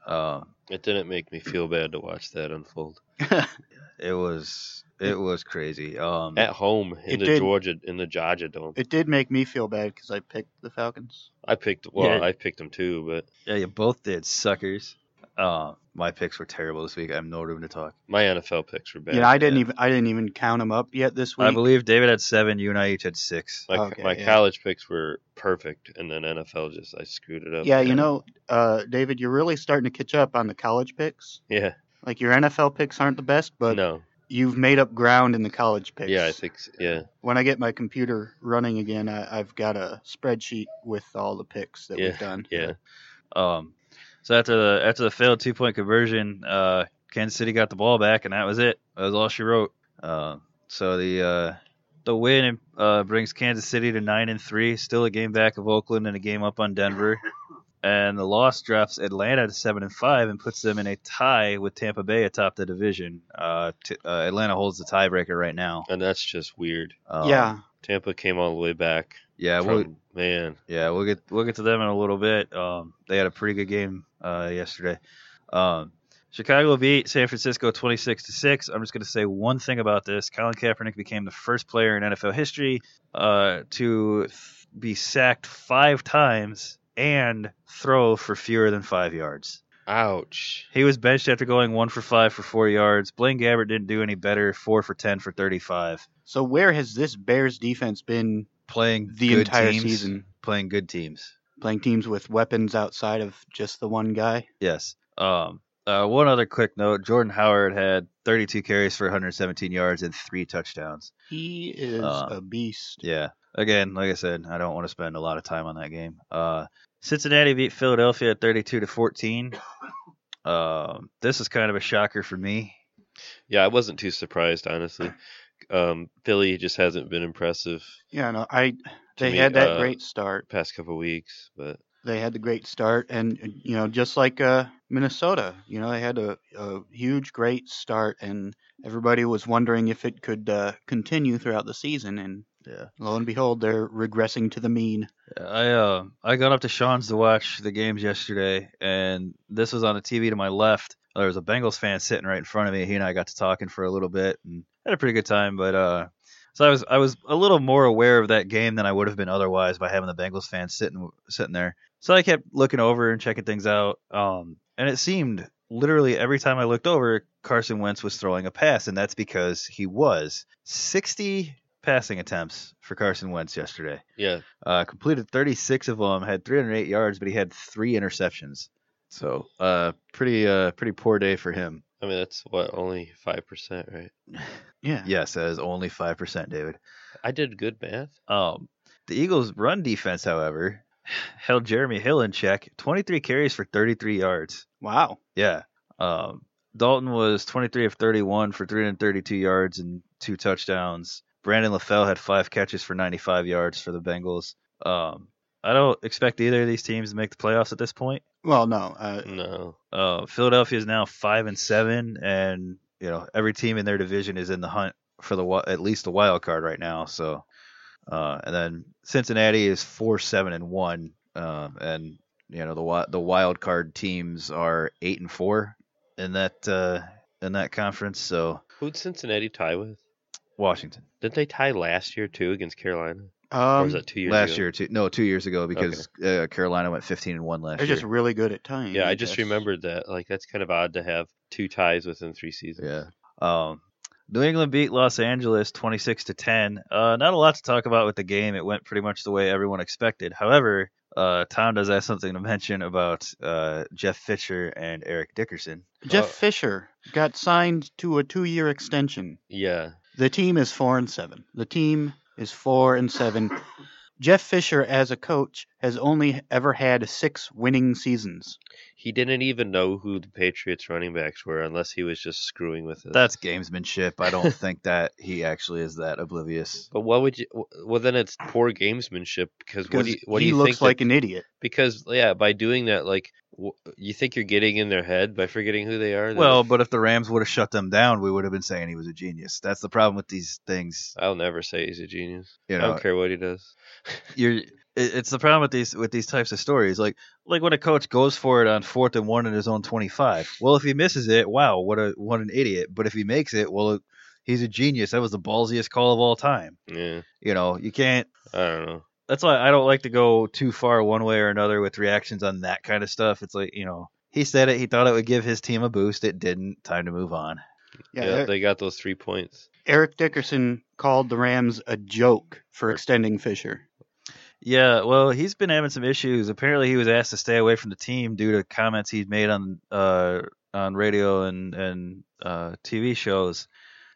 I: Uh,
J: It didn't make me feel bad to watch that unfold.
I: it was it was crazy. Um,
J: At home in
H: Mm. It
J: the
H: did.
J: Georgia in the Georgia Dome.
H: It did make me feel bad because I picked the Falcons.
J: I picked well,
I: Yeah.
J: I picked them too, but
I: yeah, you both did, suckers. Uh, my picks were terrible this week. I have no room to talk.
J: my NFL picks were bad.
H: yeah, I didn't even I didn't even count them up yet this week.
I: I believe David had seven. You and I each had six.
J: My,
H: Okay,
J: my
H: yeah.
J: college picks were perfect, and then NFL just I screwed it up.
H: yeah, you know, uh, David, you're really starting to catch up on the college picks.
J: Yeah,
H: Like your NFL picks aren't the best, but
J: no,
H: you've made up ground in the college picks.
J: yeah, I think s- yeah,
H: when I get my computer running again, I, I've got a spreadsheet with all the picks that
J: yeah,
H: we've done.
J: yeah.
I: Um, so after the after the failed two point conversion, uh, Kansas City got the ball back, and that was it. That was all she wrote. Uh, so the uh, the win uh, brings Kansas City to nine and three, still a game back of Oakland and a game up on Denver. And the loss drops Atlanta to seven and five and puts them in a tie with Tampa Bay atop the division. Uh, t- uh, Atlanta holds the tiebreaker right now.
J: And that's just weird.
I: Um,
H: yeah.
J: Tampa came all the way back.
I: yeah,
J: from-
I: we'll,
J: man,
I: yeah, we'll get we'll get to them in a little bit. Um, they had a pretty good game uh, yesterday. Um, Chicago beat San Francisco twenty six to six. I'm just going to say one thing about this: Colin Kaepernick became the first player in NFL history uh, to th- be sacked five times and throw for fewer than five yards.
J: ouch.
I: He was benched after going one for five for four yards. Blaine Gabbert didn't do any better, four for ten for thirty five.
H: So where has this Bears defense been
I: Playing
H: the
I: good
H: entire
I: teams,
H: season?
I: playing good teams.
H: Playing teams with weapons outside of just the one guy.
I: Yes. Um. Uh, one other quick note: Jordan Howard had 32 carries for 117 yards and three touchdowns.
H: He is
I: Uh,
H: a beast.
I: Yeah. Again, like I said, I don't want to spend a lot of time on that game. Uh, Cincinnati beat Philadelphia 32 to 14. Um, this is kind of a shocker for me.
J: Yeah, I wasn't too surprised honestly. Um, Philly just hasn't been impressive
H: Yeah, no, I. They
J: me,
H: had that
J: uh,
H: great start.
J: past couple weeks, but
H: They had the great start, and uh, you know, just like uh, Minnesota, you know, they had a, a huge, great start, and everybody was wondering if it could uh, continue throughout the season. And uh,
I: Yeah.
H: lo and behold, they're regressing to the mean.
I: I uh, I got up to Sean's to watch the games yesterday, and this was on the TV to my left. There was a Bengals fan sitting right in front of me. He and I got to talking for a little bit, and had a pretty good time. But uh, so I was I was a little more aware of that game than I would have been otherwise by having the Bengals fan sitting sitting there. So I kept looking over and checking things out. Um, and it seemed literally every time I looked over, Carson Wentz was throwing a pass, and that's because he was 60 passing attempts for Carson Wentz yesterday.
J: yeah,
I: Uh, completed 36 of them, had 308 yards, but he had three interceptions. So, uh, pretty, uh, pretty poor day for him.
J: I mean that's what only five percent, right?
H: Yeah.
I: Yes, that is only five percent, David.
J: I did good math.
I: Um, the Eagles' run defense, however, held Jeremy Hill in check. 23 carries for 33 yards.
H: Wow.
I: Yeah. Um, Dalton was 23 of 31 for 332 yards and two touchdowns. Brandon LaFell had five catches for 95 yards for the Bengals. Um, I don't expect either of these teams to make the playoffs at this point.
H: Well, no. Uh,
J: No,
I: Uh, Philadelphia is now five and seven, and you know every team in their division is in the hunt for the wi- at least the wild card right now. So, uh, and then Cincinnati is four seven and one, uh, and you know the wi- the wild card teams are eight and four in that uh, in that conference. So
J: who'd Cincinnati tie with?
I: Washington
J: Didn't they tie last year too against Carolina? or
H: um,
J: was that two years
I: last
J: ago?
I: year, two, no, two years ago because uh, Carolina went fifteen and one last
H: they're
I: year.
H: just really good at tying.
I: Mm-hmm,
J: Yeah, I just
H: guess.
J: remembered that. Like that's kind of odd to have two ties within three seasons.
I: Yeah. Um, New England beat Los Angeles 26 to 10. Uh, not a lot to talk about with the game. It went pretty much the way everyone expected. However, uh, Tom does have something to mention about uh, Jeff Fisher and Eric Dickerson.
H: Jeff
J: Uh,
H: Fisher got signed to a two-year extension.
J: Yeah.
H: The team is four and seven. The team is four and seven. Jeff Fisher, as a coach, has only ever had six winning seasons.
J: He didn't even know who the Patriots running backs were unless he was just screwing with us.
I: That's gamesmanship. I don't think that he actually is that oblivious.
J: But what would you? Well, then it's poor gamesmanship because what do you, what
H: he
J: do you
H: looks
J: think?
H: like
J: that-
H: an idiot.
J: because yeah, by doing that, like w- you think you're getting in their head by forgetting who they are?
I: Well, but if the Rams would have shut them down, we would have been saying he was a genius. That's the problem with these things.
J: I'll never say he's a genius.
I: You
J: I
I: know,
J: don't care what he does.
I: You're it- it's the problem with these with these types of stories. Like like when a coach goes for it on fourth and one in his own twenty five. Well, if he misses it, wow, what a what an idiot. But if he makes it, well, he's a genius. That was the ballsiest call of all time.
J: Yeah,
I: You know, you can't.
J: I don't know.
I: That's why I don't like to go too far one way or another with reactions on that kind of stuff. It's like you know, he said it. He thought it would give his team a boost. It didn't. Time to move on.
J: Yeah,
H: Yeah, they're-
J: they got those three points.
H: Eric Dickerson called the Rams a joke for extending Fisher.
I: Yeah, well, he's been having some issues. Apparently, he was asked to stay away from the team due to comments he'd made on uh, on radio and and uh, TV shows.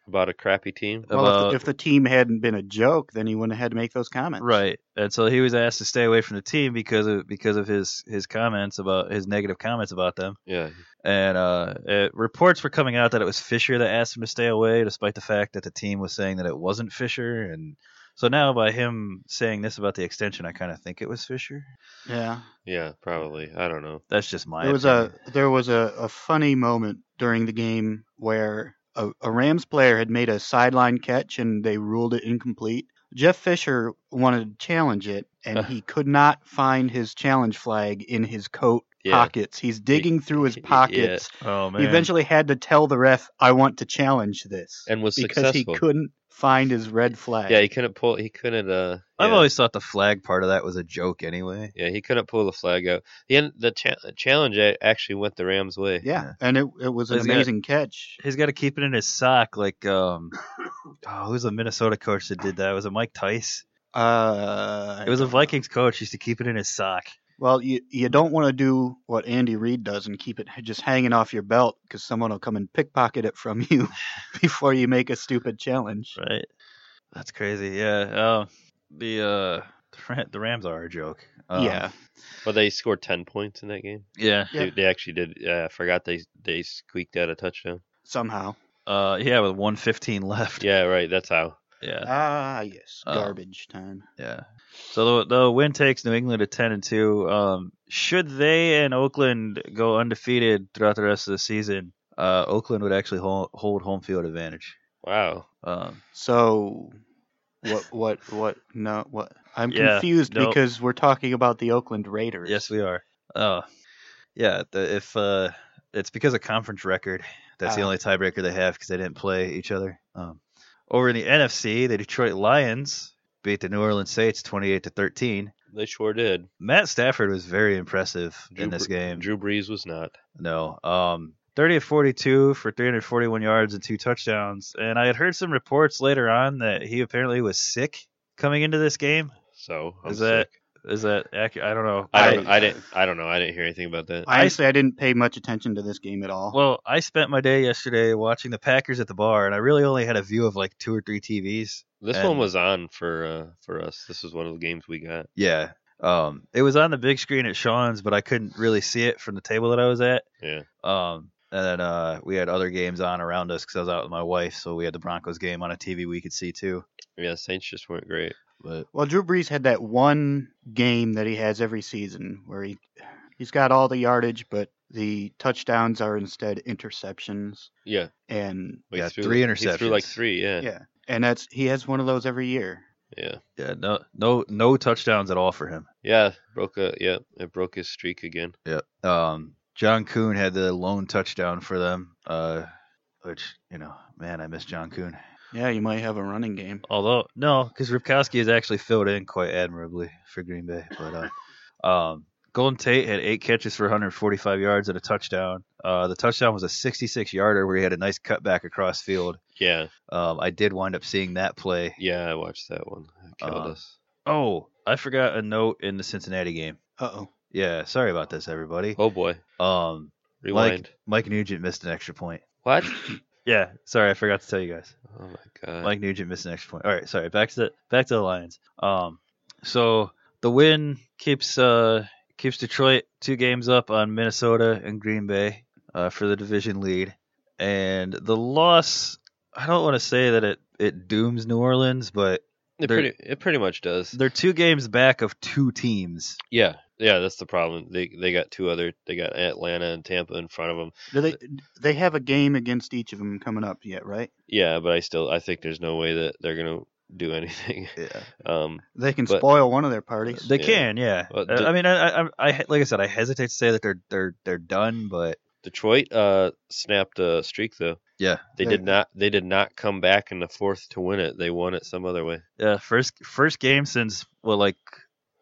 J: About a crappy team.
H: Well,
I: About,
H: if, if the team hadn't been a joke, then he wouldn't have had to make those comments.
I: right, and so he was asked to stay away from the team because of because of his his comments about his negative comments about them.
J: Yeah,
I: And uh, it, reports were coming out that it was Fisher that asked him to stay away, despite the fact that the team was saying that it wasn't Fisher. And so now, by him saying this about the extension, I kind of think it was Fisher.
H: Yeah.
J: yeah, probably. I don't know.
I: That's just my.
H: There was
I: opinion.
H: a there was a, a funny moment during the game where a, a Rams player had made a sideline catch and they ruled it incomplete. Jeff Fisher wanted to challenge it
J: Uh.
H: and he could not find his challenge flag in his coat
J: Yeah.
H: pockets. He's digging through his pockets.
I: Oh man.
H: He eventually had to tell the ref, "I want to challenge this,"
J: And was
H: because
J: successful.
H: he couldn't find his red flag.
J: Yeah, he couldn't pull. He couldn't. Uh,
I: I've
J: yeah.
I: always thought the flag part of that was a joke anyway.
J: Yeah, he couldn't pull the flag out. The end, the cha- challenge a- actually went the Rams' way.
H: yeah, and it it was an
I: He's got-
H: amazing catch.
I: He's got to keep it in his sock like um oh, who's a Minnesota coach that did that? Was it Mike Tice?
H: Uh,
I: It was a Vikings coach used to keep it in his sock.
H: Well, you you don't want to do what Andy Reid does and keep it just hanging off your belt because someone will come and pickpocket it from you before you make a stupid challenge.
I: Right. That's crazy. Yeah. Um the uh the Ra- the Rams are a joke. Um,
H: yeah,
J: But they scored ten points in that game.
I: Yeah.
H: Yeah.
J: They, they actually did. Yeah, I forgot they they squeaked out a touchdown.
H: somehow.
I: Uh yeah, with 115 left.
J: Yeah, right. That's how.
I: Yeah.
H: Ah, yes,
I: Uh,
H: garbage time.
I: Yeah. So the, the win takes New England at 10 and 2. Um, should they and Oakland go undefeated throughout the rest of the season, uh, Oakland would actually hold, hold home field advantage.
J: Wow.
I: Um,
H: So, what what what? No, what? I'm
I: Yeah,
H: confused
I: no.
H: because we're talking about the Oakland Raiders.
I: yes, we are. Uh, yeah, the, if uh, it's because of conference record, that's the
H: Ah.
I: only tiebreaker they have because they didn't play each other. Um, over in the NFC, the Detroit Lions beat the New Orleans Saints 28 to 13.
J: They sure did.
I: Matt Stafford was very impressive in this
J: Br-
I: game.
J: Drew Brees was not.
I: No. Um, 30 of 42 for 341 yards and two touchdowns. And I had heard some reports later on that he apparently was sick coming into this game.
J: So I'm
I: Is that
J: sick.
I: is that accurate? I don't know.
J: I don't.
H: I-
J: I, didn't. I don't know. I didn't hear anything about that.
H: I Honestly, I didn't pay much attention to this game at all.
I: Well, I spent my day yesterday watching the Packers at the bar, and I really only had a view of like two or three TVs.
J: this
I: and-
J: one was on for uh, for us. This was one of the games we got.
I: Yeah. Um, it was on the big screen at Sean's, but I couldn't really see it from the table that I was at.
J: Yeah.
I: Um, and then uh, we had other games on around us because I was out with my wife, so we had the Broncos game on a TV we could see too.
J: Yeah. Saints just weren't great.
I: But
H: Well, Drew Brees had that one game that he has every season where he he's got all the yardage, but the touchdowns are instead interceptions,
J: Yeah.
H: and
J: but he
I: Yeah,
J: threw-
I: three
J: He threw like
I: interceptions.
J: three. Yeah. Yeah.
H: yeah, and that's he has one of those every year.
J: Yeah.
I: Yeah, no, no, no touchdowns at all for him.
J: broke a. Yeah. It broke his streak again.
I: Yeah. Um, John Kuhn had the lone touchdown for them. Uh, which you know, man, I miss John Kuhn.
H: Yeah, you might have a running game.
I: Although no, because Ripkowski has actually filled in quite admirably for Green Bay. But uh, um, Golden Tate had eight catches for 145 yards and a touchdown. Uh, the touchdown was a 66 yarder where he had a nice cutback across field.
J: Yeah.
I: Um, I did wind up seeing that play.
J: Yeah. I watched that one. It killed
I: Uh,
J: us.
I: Oh, I forgot a note in the Cincinnati game.
H: Uh oh.
I: Yeah, sorry about this, everybody.
J: Oh boy.
I: Um,
J: Rewind.
I: Mike, Mike Nugent missed an extra point.
J: What?
I: Yeah, sorry, I forgot to tell you guys.
J: Oh my god.
I: Mike Nugent missed an extra point. All right, sorry. Back to the back to the Lions. Um, so the win keeps uh keeps Detroit two games up on Minnesota and Green Bay uh, for the division lead, and the loss. I don't want to say that it it dooms New Orleans, but They're-
J: It pretty, it pretty much does.
I: They're two games back of two teams.
J: Yeah, yeah, that's the problem. They they got two other. They got Atlanta and Tampa in front of them.
H: Do they they have a game against each of them coming up yet, right?
J: Yeah, but I still I think there's no way that they're gonna do anything.
I: Yeah.
J: Um,
H: They can
J: but-
H: spoil one of their parties.
I: They can, yeah.
J: Well,
I: Uh,
J: the-
I: I mean, I, I, I, like I said, I hesitate to say that they're they're they're done, but
J: Detroit uh, snapped a streak though.
I: yeah,
J: They did not. They did not come back in the fourth to win it. They won it some other way.
I: Yeah, uh, first first game since well, like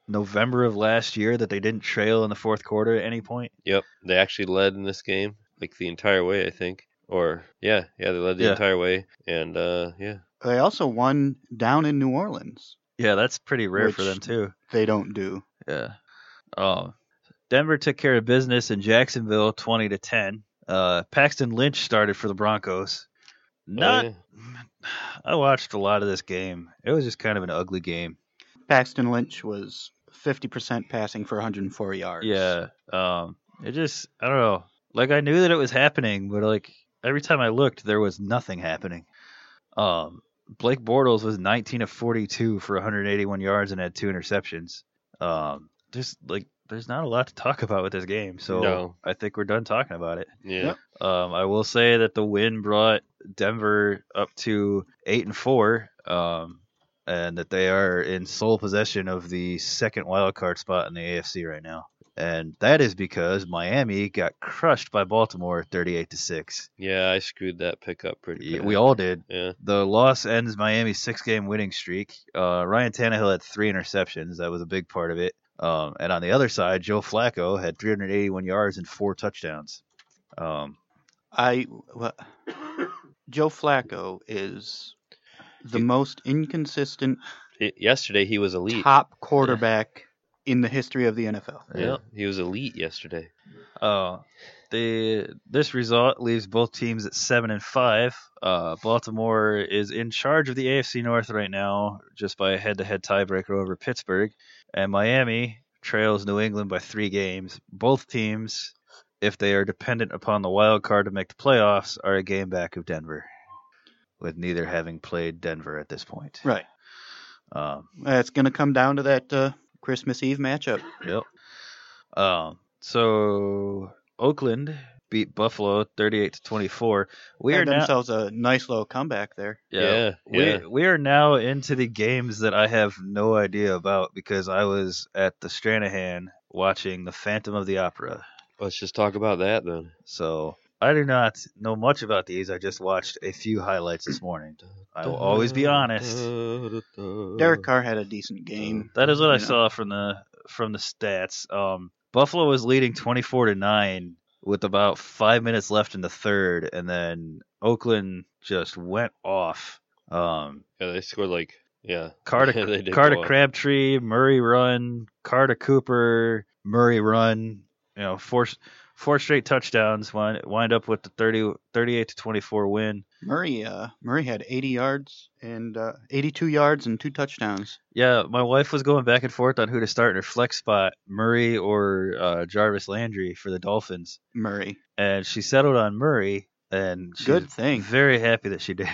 I: November of last year that they didn't trail in the fourth quarter at any point.
J: Yep, they actually led in this game like the entire way. I think. Or yeah, yeah, they led the
I: Yeah.
J: entire way, and uh, yeah,
H: They also won down in New Orleans.
I: Yeah, that's pretty rare for them
H: Which-
I: too.
H: They don't do.
I: Yeah. Um, Denver took care of business in Jacksonville, twenty to ten. Uh, Paxton Lynch started for the Broncos. Not.
J: Oh, yeah.
I: I watched a lot of this game. It was just kind of an ugly game.
H: Paxton Lynch was 50% passing for 104 yards.
I: Yeah. Um. It just. I don't know. Like I knew that it was happening, but like every time I looked, there was nothing happening. Um. Blake Bortles was 19 of 42 for 181 yards and had two interceptions. Um. There's like there's not a lot to talk about with this game, so
J: No.
I: I think we're done talking about it.
J: yeah.
H: Yep.
I: Um, I will say that the win brought Denver up to eight and four, um, and that they are in sole possession of the second wild card spot in the AFC right now. And that is because Miami got crushed by Baltimore, thirty-eight to six.
J: Yeah, I screwed that pickup pretty. bad.
I: We all did.
J: Yeah,
I: The loss ends Miami's six-game winning streak. Uh, Ryan Tannehill had three interceptions. That was a big part of it. Um, and on the other side, Joe Flacco had 381 yards and four touchdowns. Um,
H: I well, Joe Flacco is the most inconsistent
J: He- yesterday he was elite.
H: top quarterback in the history of the NFL.
J: Yeah,
I: Yep.
J: he was elite yesterday.
I: Uh, the this result leaves both teams at seven and five. Uh, Baltimore is in charge of the AFC North right now, just by a head-to-head tiebreaker over Pittsburgh, and Miami trails New England by three games. Both teams, if they are dependent upon the wild card to make the playoffs, are a game back of Denver, with neither having played Denver at this point.
H: Right.
I: Um,
H: Uh, It's going to come down to that uh, Christmas Eve matchup.
I: Yep. Um. So Oakland beat Buffalo thirty-eight to twenty-four. We
H: Had
I: are now.
H: themselves a nice little comeback there.
J: Yeah,
I: we
J: yeah.
I: we are now into the games that I have no idea about because I was at the Stranahan watching the Phantom of the Opera.
J: Let's just talk about that then.
I: So I do not know much about these. I just watched a few highlights this morning. I will always be honest.
H: Derek Carr had a decent game.
I: That is what I
H: Yeah.
I: saw from the from the stats. Um, Buffalo was leading twenty four to nine with about five minutes left in the third, and then Oakland just went off. Um,
J: Yeah, they scored like yeah.
I: Carter
J: Yeah, they did
I: Carter
J: go up.
I: Crabtree, Murray run, Carter Cooper, Murray run. You know, four four straight touchdowns. Wind, wind up with the 30, 38 to twenty four win.
H: Murray, uh, Murray had 80 yards and uh, 82 yards and two touchdowns.
I: Yeah, my wife was going back and forth on who to start in her flex spot, Murray or uh, Jarvis Landry for the Dolphins.
H: Murray,
I: and she settled on Murray, and she's
H: good thing.
I: very happy that she did.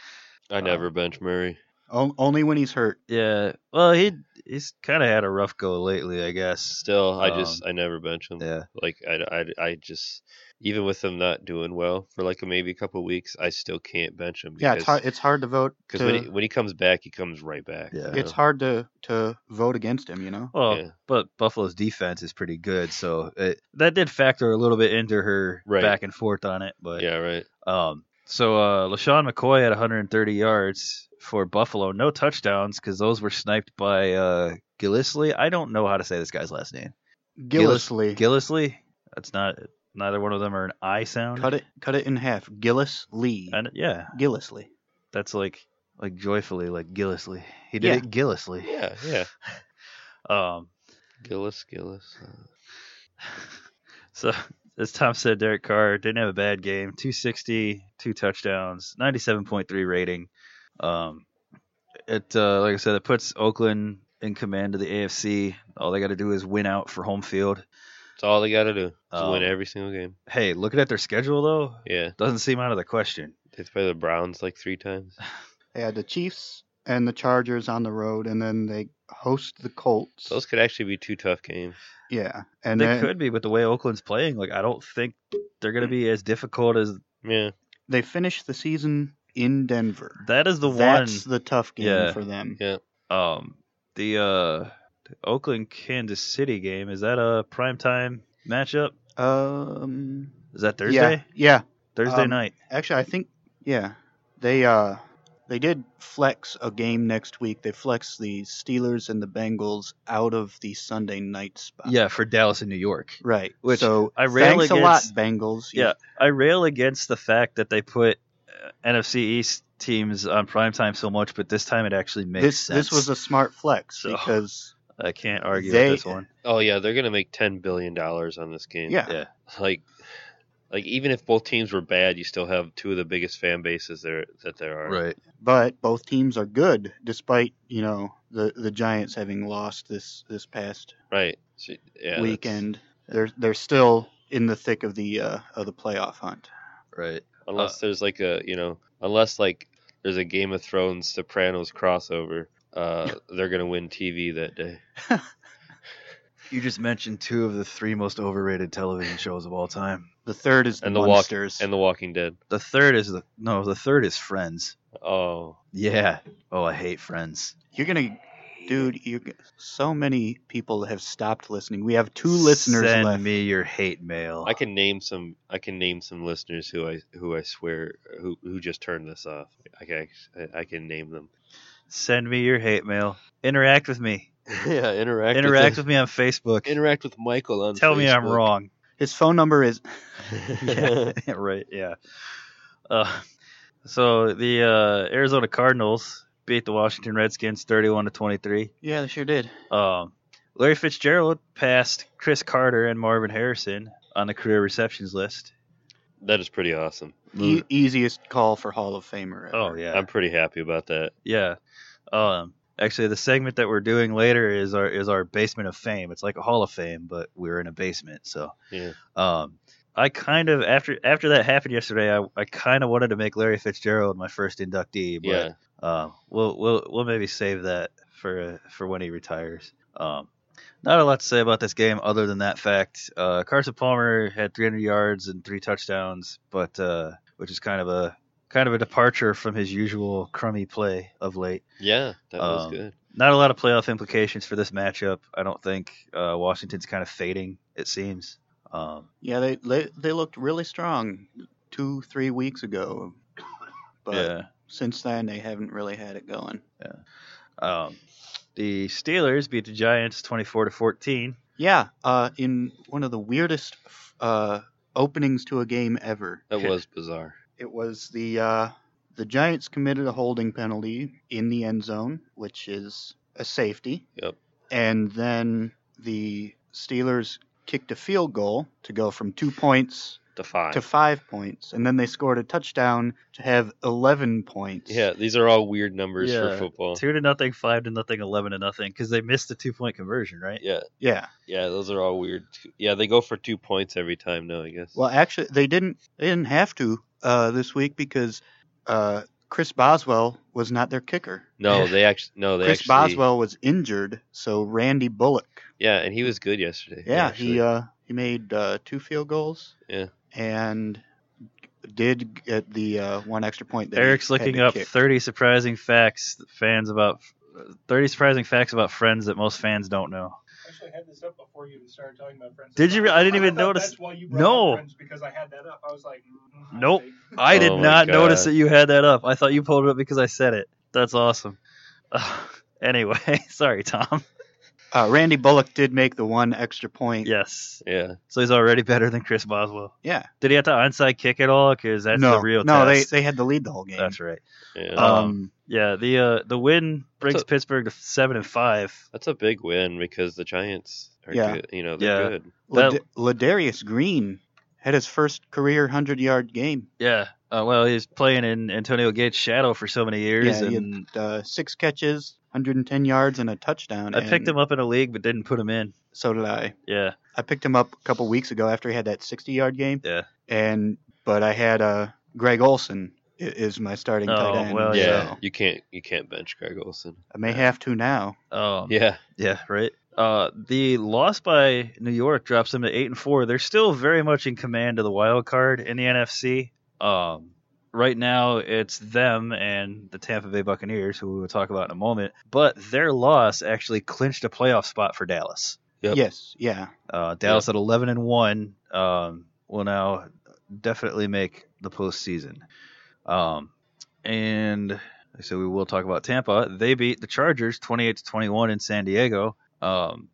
J: I never bench Murray.
H: O- only when he's hurt.
I: yeah, well, he he's kind of had a rough go lately, I guess.
J: Still, I just
I: Um,
J: I never bench him.
I: Yeah,
J: Like I, I, I just even with him not doing well for like maybe a couple weeks, I still can't bench him.
H: Yeah, it's hard. It's hard to vote.
J: Because
H: to-
J: when he, when he comes back, he comes right back.
I: Yeah.
J: you
H: it's
J: know?
H: hard to to vote against him. You know.
I: well,
J: Yeah.
I: but Buffalo's defense is pretty good, so it, that did factor a little bit into her
J: Right.
I: back and forth on it. But
J: Yeah, right.
I: um, so uh, Lashawn McCoy had 130 yards for Buffalo, no touchdowns because those were sniped by uh, Gillisley. I don't know how to say this guy's last name.
H: Gillisley.
I: Gillisley. That's not. Neither one of them are an I sound.
H: cut it. Cut it in half. Gillis Lee.
I: And yeah,
H: Gillisley.
I: that's like like joyfully, like Gillisley. He did
H: Yeah.
I: it Gillisley.
J: Yeah, yeah.
I: Um,
J: Gillis, Gillis. uh,
I: so as Tom said, Derek Carr didn't have a bad game. 260, two touchdowns, 97.3 rating. Um, it uh, like I said, it puts Oakland in command of the AFC. All they got to do is win out for home field.
J: It's all they got to do. is win
H: Oh.
I: Um,
J: every single game.
I: Hey, looking at their schedule though,
J: Yeah,
I: doesn't seem out of the question.
J: they play the Browns like three times.
H: They had the Chiefs, and the Chargers on the road, and then they host the Colts.
J: Those could actually be two tough games.
H: Yeah,
I: And
H: and
I: they
H: then Mm.
I: could be, but the way Oakland's playing, like I don't think they're going to be as difficult as
J: yeah.
H: they finish the season in Denver.
I: That is the
H: That's
I: one.
H: the tough game
I: Yeah.
H: for them.
J: Yeah.
I: um, the uh, Oakland Kansas City game is that a prime time matchup?
H: Um,
I: Is that
H: Yeah,
I: Thursday?
H: yeah.
I: Thursday
H: Um,
I: night.
H: Actually, I think yeah, they uh they did flex a game next week. They flexed the Steelers and the Bengals out of the Sunday night spot.
I: Yeah, for Dallas and New York.
H: Right.
I: Which
H: so
I: I rail
H: thanks a lot,
I: against-
H: Bengals. You-
I: Yeah, I rail against the fact that they put uh, NFC East teams on primetime so much, but this time it actually makes
H: This
I: sense.
H: this was a smart flex
I: So-
H: because
I: I can't argue
H: They-
I: with this one.
J: Oh yeah, they're gonna make ten billion dollars on this game.
H: Yeah.
I: Yeah.
J: Like, like even if both teams were bad, you still have two of the biggest fan bases there that there are.
I: Right.
H: but both teams are good despite you know the the Giants having lost this this past
J: Right. So, yeah. that's-
H: weekend. They're they're still in the thick of the uh, of the playoff hunt.
I: Right.
J: unless there's like a you know unless like there's a Game of Thrones Sopranos crossover, uh, they're gonna win TV that day.
I: You just mentioned two of the three most overrated television shows of all time.
H: The third is the,
J: And the walk
H: Monsters.
J: and the Walking Dead.
I: The third is the no, the third is Friends.
J: Oh,
I: Yeah. Oh, I hate Friends.
H: You're gonna, dude. You so many people have stopped listening. We have two listeners
I: Send
H: left.
I: me your hate mail.
J: I can name some. I can name some listeners who I who I swear who who just turned this off. I can I can name them.
I: Send me your hate mail. Interact with me.
J: yeah, interact.
I: Interact
J: with,
I: with me on Facebook.
J: interact with Michael on.
I: Tell me I'm
J: Facebook.
I: wrong.
H: His phone number is
I: yeah, right. Yeah. Uh, so the uh, Arizona Cardinals beat the Washington Redskins 31 to 23.
H: yeah. They sure did.
I: Um, Larry Fitzgerald passed Chris Carter and Marvin Harrison on the career receptions list.
J: that is pretty awesome.
H: E- easiest call for Hall of Famer. Ever.
I: Oh yeah,
J: I'm pretty happy about that.
I: yeah. Um, actually, the segment that we're doing later is our is our basement of fame. It's like a Hall of Fame, but we're in a basement. So
J: Yeah.
I: Um, I kind of after after that happened yesterday, I, I kind of wanted to make Larry Fitzgerald my first inductee,
J: Yeah.
I: but uh, we'll we'll we'll maybe save that for uh, for when he retires. Um, not a lot to say about this game other than that fact. Uh, Carson Palmer had 300 yards and three touchdowns, but uh, which is kind of a kind of a departure from his usual crummy play of late.
J: Yeah, that was
I: Um,
J: good.
I: Not a lot of playoff implications for this matchup. I don't think uh, Washington's kind of fading. It seems. Um,
H: Yeah, they, they they looked really strong two three weeks ago, but
I: yeah.
H: since then they haven't really had it going.
I: Um, the Steelers beat the Giants 24 to 14.
H: Yeah, uh, in one of the weirdest uh, openings to a game ever.
J: That was bizarre.
H: It was the uh, the Giants committed a holding penalty in the end zone, which is a safety.
J: Yep.
H: And then the Steelers kicked a field goal to go from two points
J: The five.
H: to five points, and then they scored a touchdown to have eleven points.
J: yeah, these are all weird numbers for
I: Yeah.
J: football.
I: Two to nothing, five to nothing, eleven to nothing, because they missed the two point conversion, right?
J: Yeah,
H: Yeah.
J: yeah, those are all weird. Yeah, they go for two points every time now. I guess.
H: Well, actually, they didn't. They didn't have to uh, this week because uh, Chris Boswell was not their kicker.
J: no, they actually no, they
H: Chris
J: actually,
H: Boswell was injured, so Randy Bullock.
J: Yeah, and he was good yesterday.
H: Yeah,
J: actually.
H: he uh, he made uh, two field goals.
J: Yeah.
H: and did get the uh, one extra point. That he
I: Eric's
H: had
I: looking
H: to
I: up
H: kick.
I: 30 surprising facts fans about 30 surprising facts about friends that most fans don't know.
K: Actually, I had this up before you even started talking about friends.
I: Did you re- I didn't even
K: thought
I: notice-
K: That's why you brought
I: No.
K: up friends because I had that up. I was like, mm, I
I: Nope.
K: think-
I: I did
J: Oh my
I: not notice
J: God.
I: that you had that up. I thought you pulled it up because I said it. That's awesome. anyway, sorry, Tom.
H: Uh, Randy Bullock did make the one extra point.
I: Yes.
J: yeah,
I: So he's already better than Chris Boswell.
H: yeah.
I: Did he have to onside kick at all? Because that's
H: no,
I: the real
H: no,
I: test.
H: they they had the lead the whole game.
I: That's right.
J: yeah.
I: Um,
H: Um,
I: Yeah, the uh, the win brings
J: That's a-
I: Pittsburgh to seven and five.
J: That's a big win because the Giants are
H: Yeah.
J: good. You know, they're
I: Yeah.
J: good.
H: Lad-
I: that-
H: Ladarius Green had his first career hundred yard game.
I: Yeah. Uh, well, he was playing in Antonio Gates' shadow for so many years,
H: yeah, he
I: and
H: had, uh, six catches, 110 yards, and a touchdown.
I: I picked
H: and
I: him up in a league, but didn't put him in.
H: So did I.
I: Yeah.
H: I picked him up a couple weeks ago after he had that 60 yard game.
I: Yeah.
H: And but I had uh, Greg Olson, i- is my starting
I: Oh,
H: tight end.
I: well,
H: so
I: yeah.
J: You can't you can't bench Greg Olson.
H: I may have to now.
I: Um,
J: Yeah.
I: yeah, right. Uh, the loss by New York drops them to eight and four. They're still very much in command of the wild card in the NFC. Um, right now it's them and the Tampa Bay Buccaneers, who we will talk about in a moment. But their loss actually clinched a playoff spot for Dallas.
H: Yes, yeah.
I: Uh, Dallas at eleven and one um, will now definitely make the postseason. Um, and so we will talk about Tampa. They beat the Chargers twenty-eight to twenty-one in San Diego. Um,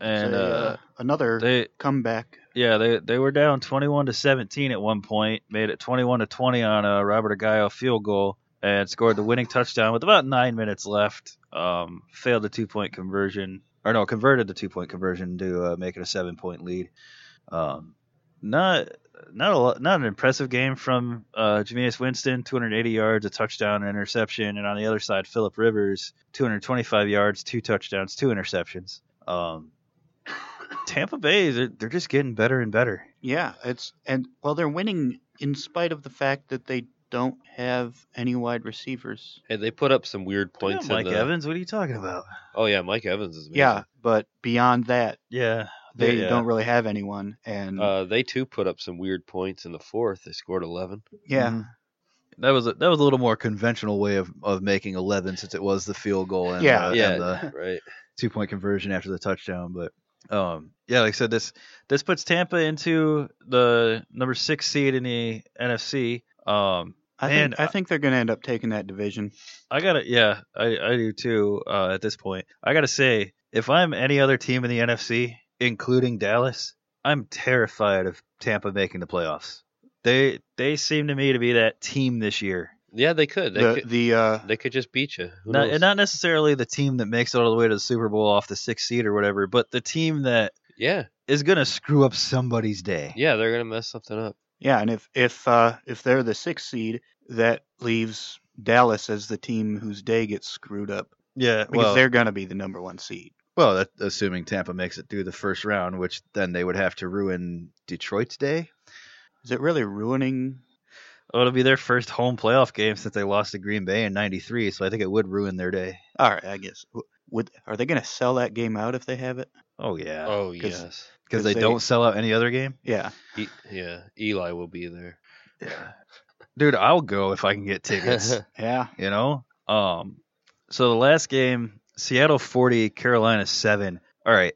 I: and
H: Say,
I: uh,
H: another
I: they
H: comeback.
I: yeah they they were down twenty-one to seventeen at one point, made it twenty-one to twenty on a Robert Aguayo field goal, and scored the winning touchdown with about nine minutes left. Um, failed the two-point conversion, or no, converted the two-point conversion to uh, make it a seven-point lead. Um, not not a lot, not an impressive game from uh, Jameis Winston, 280 yards, a touchdown, an interception, and on the other side, Philip Rivers, 225 yards, two touchdowns, two interceptions. Um, Tampa Bay, they're, they're just getting better and better.
H: Yeah, it's and well, they're winning in spite of the fact that they don't have any wide receivers.
J: Hey, they put up some weird points. in
I: Mike
J: the-
I: Evans, what are you talking about?
J: Oh yeah, Mike Evans is amazing.
H: Yeah, but beyond that,
I: Yeah,
H: they
J: Yeah.
H: don't really have anyone. And
J: Uh, they too put up some weird points in the fourth. They scored eleven.
H: yeah,
I: Mm. That was a, that was a little more conventional way of, of making 11 since it was the field goal and,
H: Yeah.
I: the,
J: yeah,
I: and the
J: right.
I: two point conversion after the touchdown. But um, yeah, like I said, this this puts Tampa into the number six seed in the NFC. Um,
H: I
I: and
H: think
J: uh
H: I think they're going to end up taking that division.
I: I gotta, yeah, I, I do too. Uh, at this point, I gotta say, if I'm any other team in the NFC, including Dallas, I'm terrified of Tampa making the playoffs. They they seem to me to be that team this year,
J: Yeah, they could. They
H: the
J: could.
H: the uh,
J: They could just beat you. Who
I: not,
J: knows?
I: and not necessarily the team that makes it all the way to the Super Bowl off the sixth seed or whatever, but the team that
J: yeah,
I: is gonna screw up somebody's day.
J: yeah, they're gonna mess something up.
H: yeah, and if if uh, if they're the sixth seed, that leaves Dallas as the team whose day gets screwed up
I: Yeah,
H: because they're going to be the number one seed.
I: Well, that, assuming Tampa makes it through the first round, which then they would have to ruin Detroit's day.
H: Is it really ruining?
I: Oh, it'll be their first home playoff game since they lost to Green Bay in '93, so I think it would ruin their day.
H: All right, I guess. W- Would are they going to sell that game out if they have it?
I: Oh yeah,
J: Oh
H: 'Cause-
J: yes,
I: because
H: 'cause
I: they,
H: they-
I: don't sell out any other game.
H: Yeah,
J: E- yeah. Eli will be there.
I: Dude, I'll go if I can get tickets.
H: yeah.
I: you know. Um, so the last game, Seattle 40, Carolina 7. All right,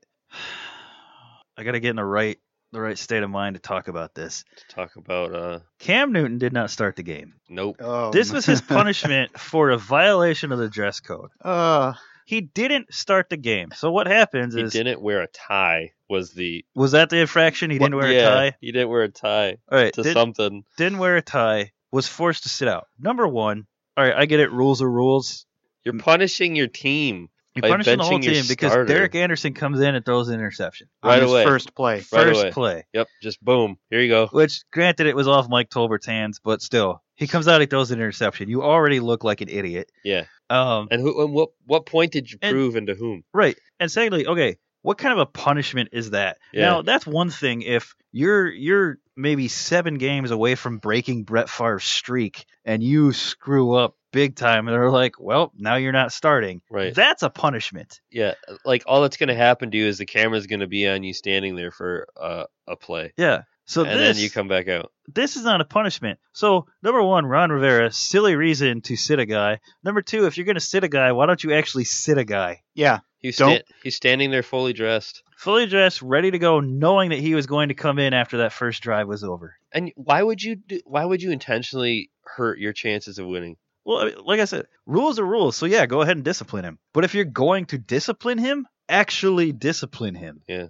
I: I got to get in the right the right state of mind to talk about this.
J: Talk about uh,
I: Cam Newton did not start the game.
J: nope.
H: Oh,
I: This was his punishment for a violation of the dress code.
H: Uh,
I: He didn't start the game. So what happens
J: He
I: is
J: didn't wear a tie. Was the
I: was that the infraction? He didn't wear
J: yeah,
I: a tie.
J: He didn't wear a tie
I: All right,
J: to
I: did,
J: something.
I: didn't wear a tie. Was forced to sit out. Number one. All right, I get it. Rules are rules.
J: You're punishing your team
I: You're
J: By
I: punishing the
J: benching
I: whole
J: your
I: team because
J: starter.
I: Derek Anderson comes in and throws an interception.
J: right
H: on his
J: away.
H: First play.
J: Right
I: First
J: away.
I: play.
J: Yep, just boom. Here you go.
I: Which, granted, it was off Mike Tolbert's hands, but still, he comes out, he throws an interception. You already look like an idiot.
J: Yeah.
I: Um,
J: And who? And what? What point did you
I: And-
J: prove, and to whom?
I: Right. And secondly, okay, what kind of a punishment is that?
J: Yeah.
I: Now, that's one thing if you're you're maybe 7 games away from breaking Brett Favre's streak and you screw up big time and they're like, "Well, now you're not starting."
J: Right.
I: That's a punishment.
J: Yeah, like all that's going to happen to you is the camera's going to be on you standing there for uh, a play,
I: Yeah. So
J: and
I: this
J: then you come back out.
I: this is not a punishment. So number one, Ron Rivera, silly reason to sit a guy. Number two, if you're gonna sit a guy, why don't you actually sit a guy?
H: Yeah,
J: He's
H: Don't-
J: sta- he's standing there fully dressed.
I: Fully dressed, ready to go, knowing that he was going to come in after that first drive was over.
J: And why would you do, why would you intentionally hurt your chances of winning?
I: Well, I mean, like I said, rules are rules. So yeah, go ahead and discipline him. But if you're going to discipline him, actually discipline him.
J: Yeah.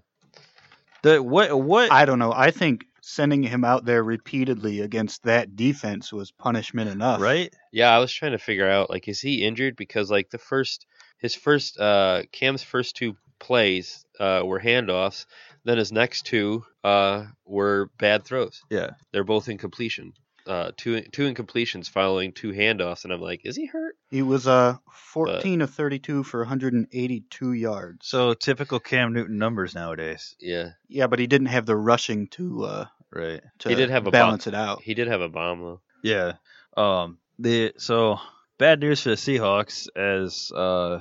I: The what what
H: I don't know. I think sending him out there repeatedly against that defense was punishment enough.
I: right?
J: Yeah, I was trying to figure out like is he injured because like the first his first uh Cam's first two plays uh were handoffs, then his next two uh were bad throws.
I: Yeah.
J: They're both incompletion. Uh two two incompletions following two handoffs and I'm like, is he hurt?
H: He was uh 14 of 32 for 182 yards.
I: So typical Cam Newton numbers nowadays.
J: Yeah.
H: Yeah, but he didn't have the rushing to uh
I: Right.
H: to
J: He did have a
H: balance it out.
J: He did have a bomb though.
I: Yeah. Um, the so bad news for the Seahawks as uh,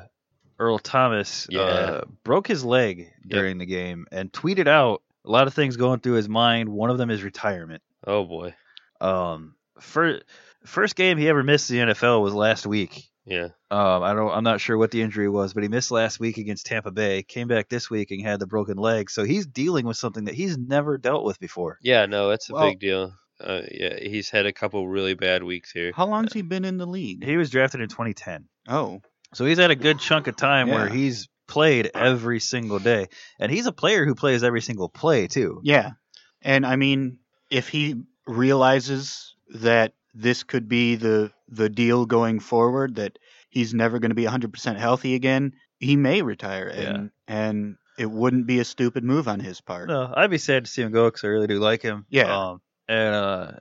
I: Earl Thomas
J: Yeah.
I: uh, broke his leg during the game and tweeted out a lot of things going through his mind. One of them is retirement.
J: Oh boy.
I: Um, first first game he ever missed in the NFL was last week.
J: Yeah.
I: Um, I don't. I'm not sure what the injury was, but he missed last week against Tampa Bay. Came back this week and had the broken leg, so he's dealing with something that he's never dealt with before.
J: Yeah, no, it's a
I: Well-
J: big deal. Uh, yeah, he's had a couple really bad weeks here.
H: How long's he been in the league?
I: He was drafted in 2010.
H: Oh,
I: So he's had a good chunk of time where
H: Yeah.
I: he's played every single day, and he's a player who plays every single play too.
H: yeah. And I mean, if he realizes that this could be the the deal going forward, that he's never going to be 100% healthy again, he may retire, and and it wouldn't be a stupid move on his part.
I: No, I'd be sad to see him go because I really do like him.
H: Yeah.
I: Um, and uh,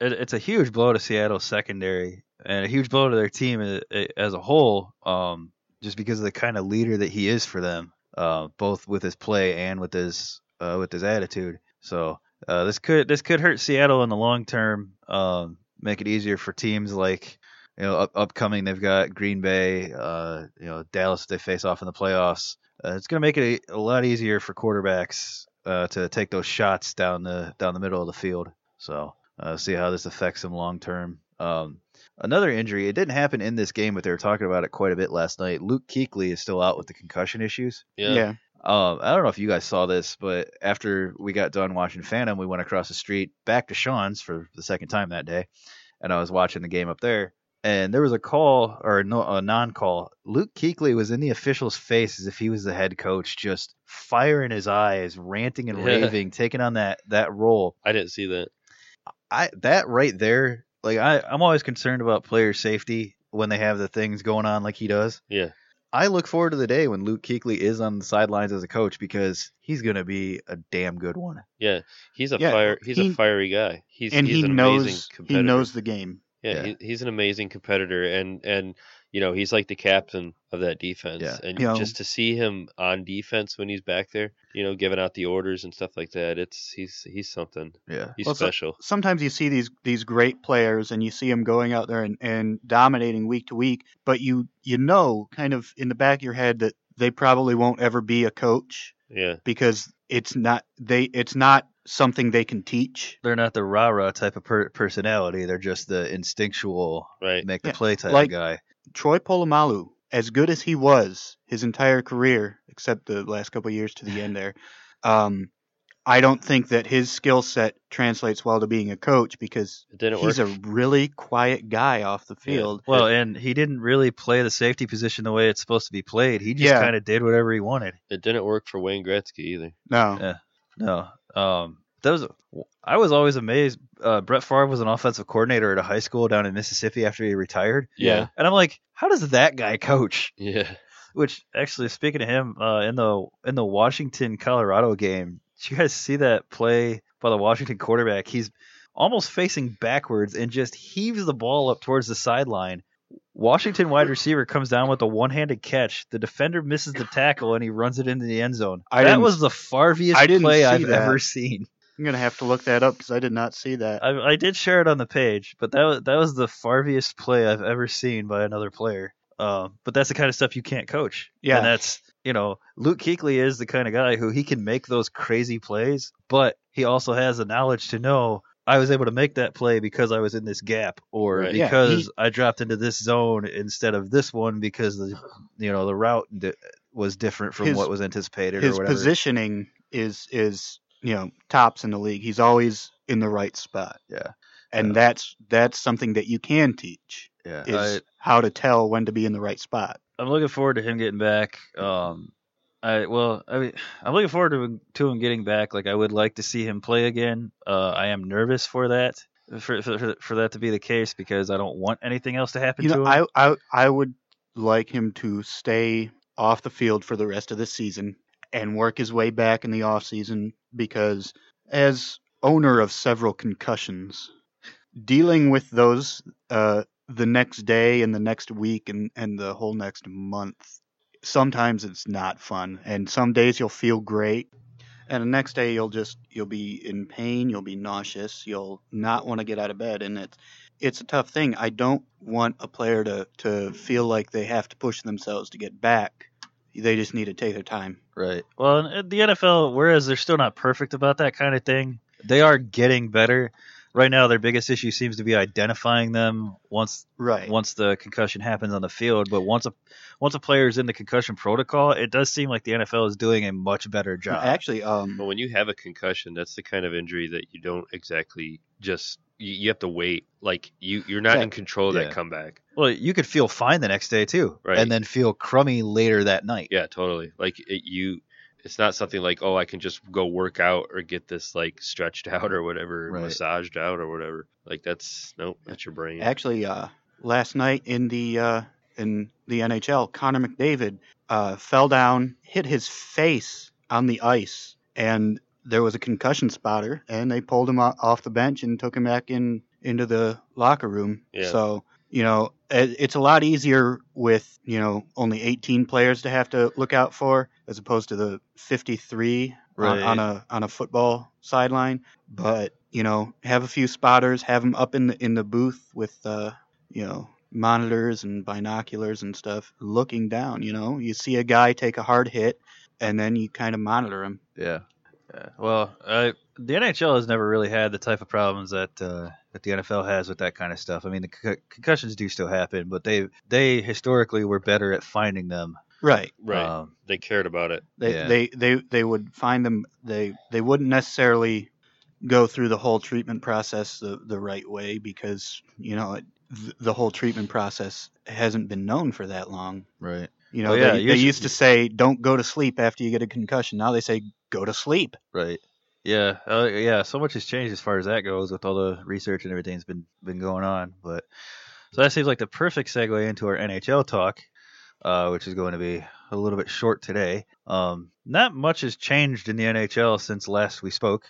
I: it, it's a huge blow to Seattle's secondary and a huge blow to their team a- a- as a whole, um, just because of the kind of leader that he is for them, uh, both with his play and with his uh, with his attitude. So uh, this could this could hurt Seattle in the long term. Um, make it easier for teams like you know up, upcoming they've got Green Bay, uh, you know Dallas they face off in the playoffs. Uh, it's going to make it a, a lot easier for quarterbacks uh, to take those shots down the down the middle of the field. So uh, see how this affects them long term. Um, another injury. It didn't happen in this game, but they were talking about it quite a bit last night. Luke Kuechly is still out with the concussion issues.
J: Yeah.
H: Yeah.
I: Um, I don't know if you guys saw this, but after we got done watching Phantom, we went across the street back to Sean's for the second time that day, and I was watching the game up there. And there was a call or a, no, a non-call. Luke Kuechly was in the official's face as if he was the head coach, just fire in his eyes, ranting and
J: Yeah.
I: raving, taking on that that role.
J: I didn't see that.
I: I that right there, like I, I'm always concerned about player safety when they have the things going on like he does.
J: Yeah.
I: I look forward to the day when Luke Kuechly is on the sidelines as a coach because he's gonna be a damn good one.
J: Yeah, he's a
H: Yeah,
J: fire. He's
H: he-
J: a fiery guy. He's
H: and
J: he's
H: he
J: an
H: knows
J: amazing competitor.
H: he knows the game.
J: Yeah, He, he's an amazing competitor, and and you know he's like the captain of that defense.
I: Yeah.
J: And
H: You know-
J: just to see him on defense when he's back there, you know, giving out the orders and stuff like that, it's he's he's something.
I: Yeah,
J: he's
H: Well, so-
J: special.
H: sometimes you see these these great players and you see them going out there and, and dominating week to week, but you you know kind of in the back of your head that they probably won't ever be a coach
J: yeah,
H: because it's not they it's not something they can teach.
I: They're not the rah rah type of per- personality. They're just the instinctual
J: right.
I: make the
H: Yeah,
I: play type
H: like-
I: of guy.
H: Troy Polamalu, as good as he was his entire career, except the last couple of years to the end there, um, I don't think that his skill set translates well to being a coach because
J: It didn't
H: he's
J: work.
H: a really quiet guy off the
J: Yeah.
H: field.
I: Well, and he didn't really play the safety position the way it's supposed to be played. He just
H: Yeah.
I: kind of did whatever he wanted.
J: It didn't work for Wayne Gretzky either.
H: No.
I: No. Um, that was I was always amazed. Uh, Brett Favre was an offensive coordinator at a high school down in Mississippi after he retired.
J: Yeah.
I: And I'm like, how does that guy coach?
J: Yeah,
I: Which actually, speaking of him, uh, in the in the Washington Colorado game, did you guys see that play by the Washington quarterback? He's almost facing backwards and just heaves the ball up towards the sideline. Washington wide receiver comes down with a one-handed catch. The defender misses the tackle and he runs it into the end zone.
H: I
I: that
H: didn't-
I: was the farviest
H: I didn't
I: play
H: see
I: I've
H: that.
I: ever seen.
H: I'm gonna have to look that up because I did not see that.
I: I, I did share it on the page, but that was, that was the farviest play I've ever seen by another player. Um, but that's the kind of stuff you can't coach.
H: Yeah.
I: and that's you know Luke Kuechly is the kind of guy who he can make those crazy plays, but he also has the knowledge to know I was able to make that play because I was in this gap, or
J: Right.
H: Yeah,
I: because
H: he-
I: I dropped into this zone instead of this one because the you know the route di- was different from
H: His-
I: what was anticipated
H: His
I: or whatever.
H: positioning is is you know tops in the league. He's always in the right spot.
I: Yeah.
H: and
I: Yeah.
H: that's that's something that you can teach
I: yeah,
H: is
I: I-
H: how to tell when to be in the right spot.
I: I'm looking forward to him getting back. Um, I well, I mean, I'm looking forward to to him getting back. Like I would like to see him play again. Uh, I am nervous for that, for for, for that to be the case because I don't want anything else to happen
H: You
I: to
H: know,
I: him.
H: I, I I would like him to stay off the field for the rest of the season and work his way back in the off season because as owner of several concussions, dealing with those uh, the next day and the next week and, and the whole next month, sometimes it's not fun. And some days you'll feel great. And the next day you'll just you'll be in pain, you'll be nauseous, you'll not want to get out of bed, and it's it's a tough thing. I don't want a player to to feel like they have to push themselves to get back. They just need to take their time.
I: Right.
L: Well, and at the NFL, whereas they're still not perfect about that kind of thing,
I: they are getting better. Right now, their biggest issue seems to be identifying them once
H: right.
I: once the concussion happens on the field. But once a once a player is in the concussion protocol, it does seem like the NFL is doing a much better job.
H: Actually, um,
J: But when you have a concussion, that's the kind of injury that you don't exactly just you, you have to wait. Like you you're not in
I: Exact-
J: control of
I: yeah.
J: that comeback.
I: Well, you could feel fine the next day too,
J: Right.
I: and then feel crummy later that night.
J: Yeah, totally. Like it, you it's not something like, "Oh, I can just go work out or get this like stretched out or whatever,
H: Right.
J: massaged out or whatever." Like that's nope, that's your brain.
H: Actually, uh, last night in the uh, in the NHL, Connor McDavid uh, fell down, hit his face on the ice, and there was a concussion spotter, and they pulled him o- off the bench and took him back in into the locker room.
J: Yeah.
H: So you know, it, it's a lot easier with you know only 18 players to have to look out for as opposed to the 53
I: Right.
H: on, on a on a football sideline but you know have a few spotters have them up in the in the booth with uh you know monitors and binoculars and stuff looking down you know you see a guy take a hard hit and then you kind of monitor him
I: Yeah. Yeah. Well, uh, the NHL has never really had the type of problems that uh, that the NFL has with that kind of stuff. I mean, the co- concussions do still happen, but they they historically were better at finding them.
H: right
J: Right.
I: Um,
J: they cared about it.
H: they
I: Yeah.
H: they, they they would find them they they wouldn't necessarily go through the whole treatment process the, the right way because you know it, th- the whole treatment process hasn't been known for that long
I: Right.
H: you know
I: Well, yeah,
H: they, they
I: usu-
H: used to say don't go to sleep after you get a concussion now they say go to sleep
I: Right. Yeah. Uh, yeah. So much has changed as far as that goes with all the research and everything that's been been going on. But so that seems like the perfect segue into our NHL talk, uh, which is going to be a little bit short today. Um, not much has changed in the NHL since last we spoke.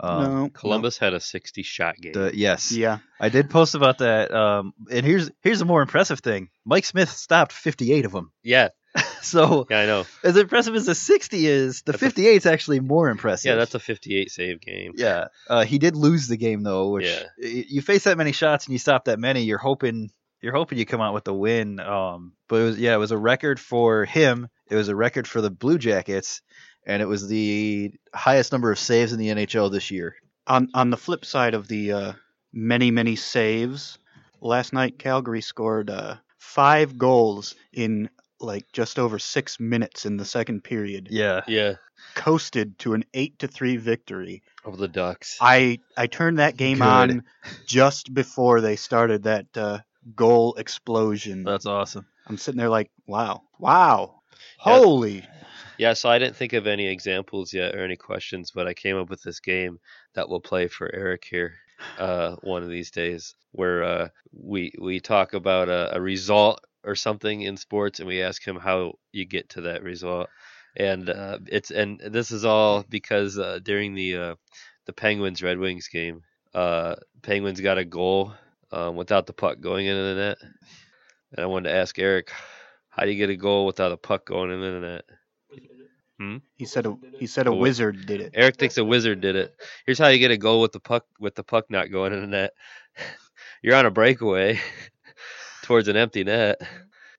I: Um,
H: no
J: Columbus had a 60 shot game.
I: the- yes.
H: yeah
I: I did post about that. Um, and here's here's a more impressive thing. Mike Smith stopped 58 of them.
J: yeah.
I: So
J: Yeah, I know.
I: as impressive as the 60 is, the 58 is actually more impressive.
J: Yeah, that's a 58 save game.
I: Yeah, uh, he did lose the game though. Which
J: Yeah.
I: y- you face that many shots and you stop that many, you're hoping you're hoping you come out with the win. Um, but it was yeah, it was a record for him. It was a record for the Blue Jackets, and it was the highest number of saves in the NHL this year.
H: on on the flip side of the uh, many many saves, last night Calgary scored uh, five goals in like just over six minutes in the second period,
I: Yeah,
J: Yeah,
H: coasted to an eight to three victory.
J: of the Ducks.
H: I I turned that game
I: Good.
H: on just before they started that uh, goal explosion.
I: that's awesome.
H: I'm sitting there like, wow, wow, holy,
J: Yeah, so I didn't think of any examples yet or any questions, but I came up with this game that we'll play for Eric here uh, one of these days, where uh, we we talk about a, a result or something in sports, and we ask him how you get to that result, and uh, it's and this is all because uh, during the uh, the Penguins Red Wings game, uh, Penguins got a goal um, without the puck going into the net, and I wanted to ask Eric. How do you get a goal without a puck going into the net?
H: he said a he said a
J: Oh, wait.
H: wizard did it.
J: Eric thinks a wizard did it. Here's how you get a goal with the puck with the puck not going in the net. You're on a breakaway towards an empty net,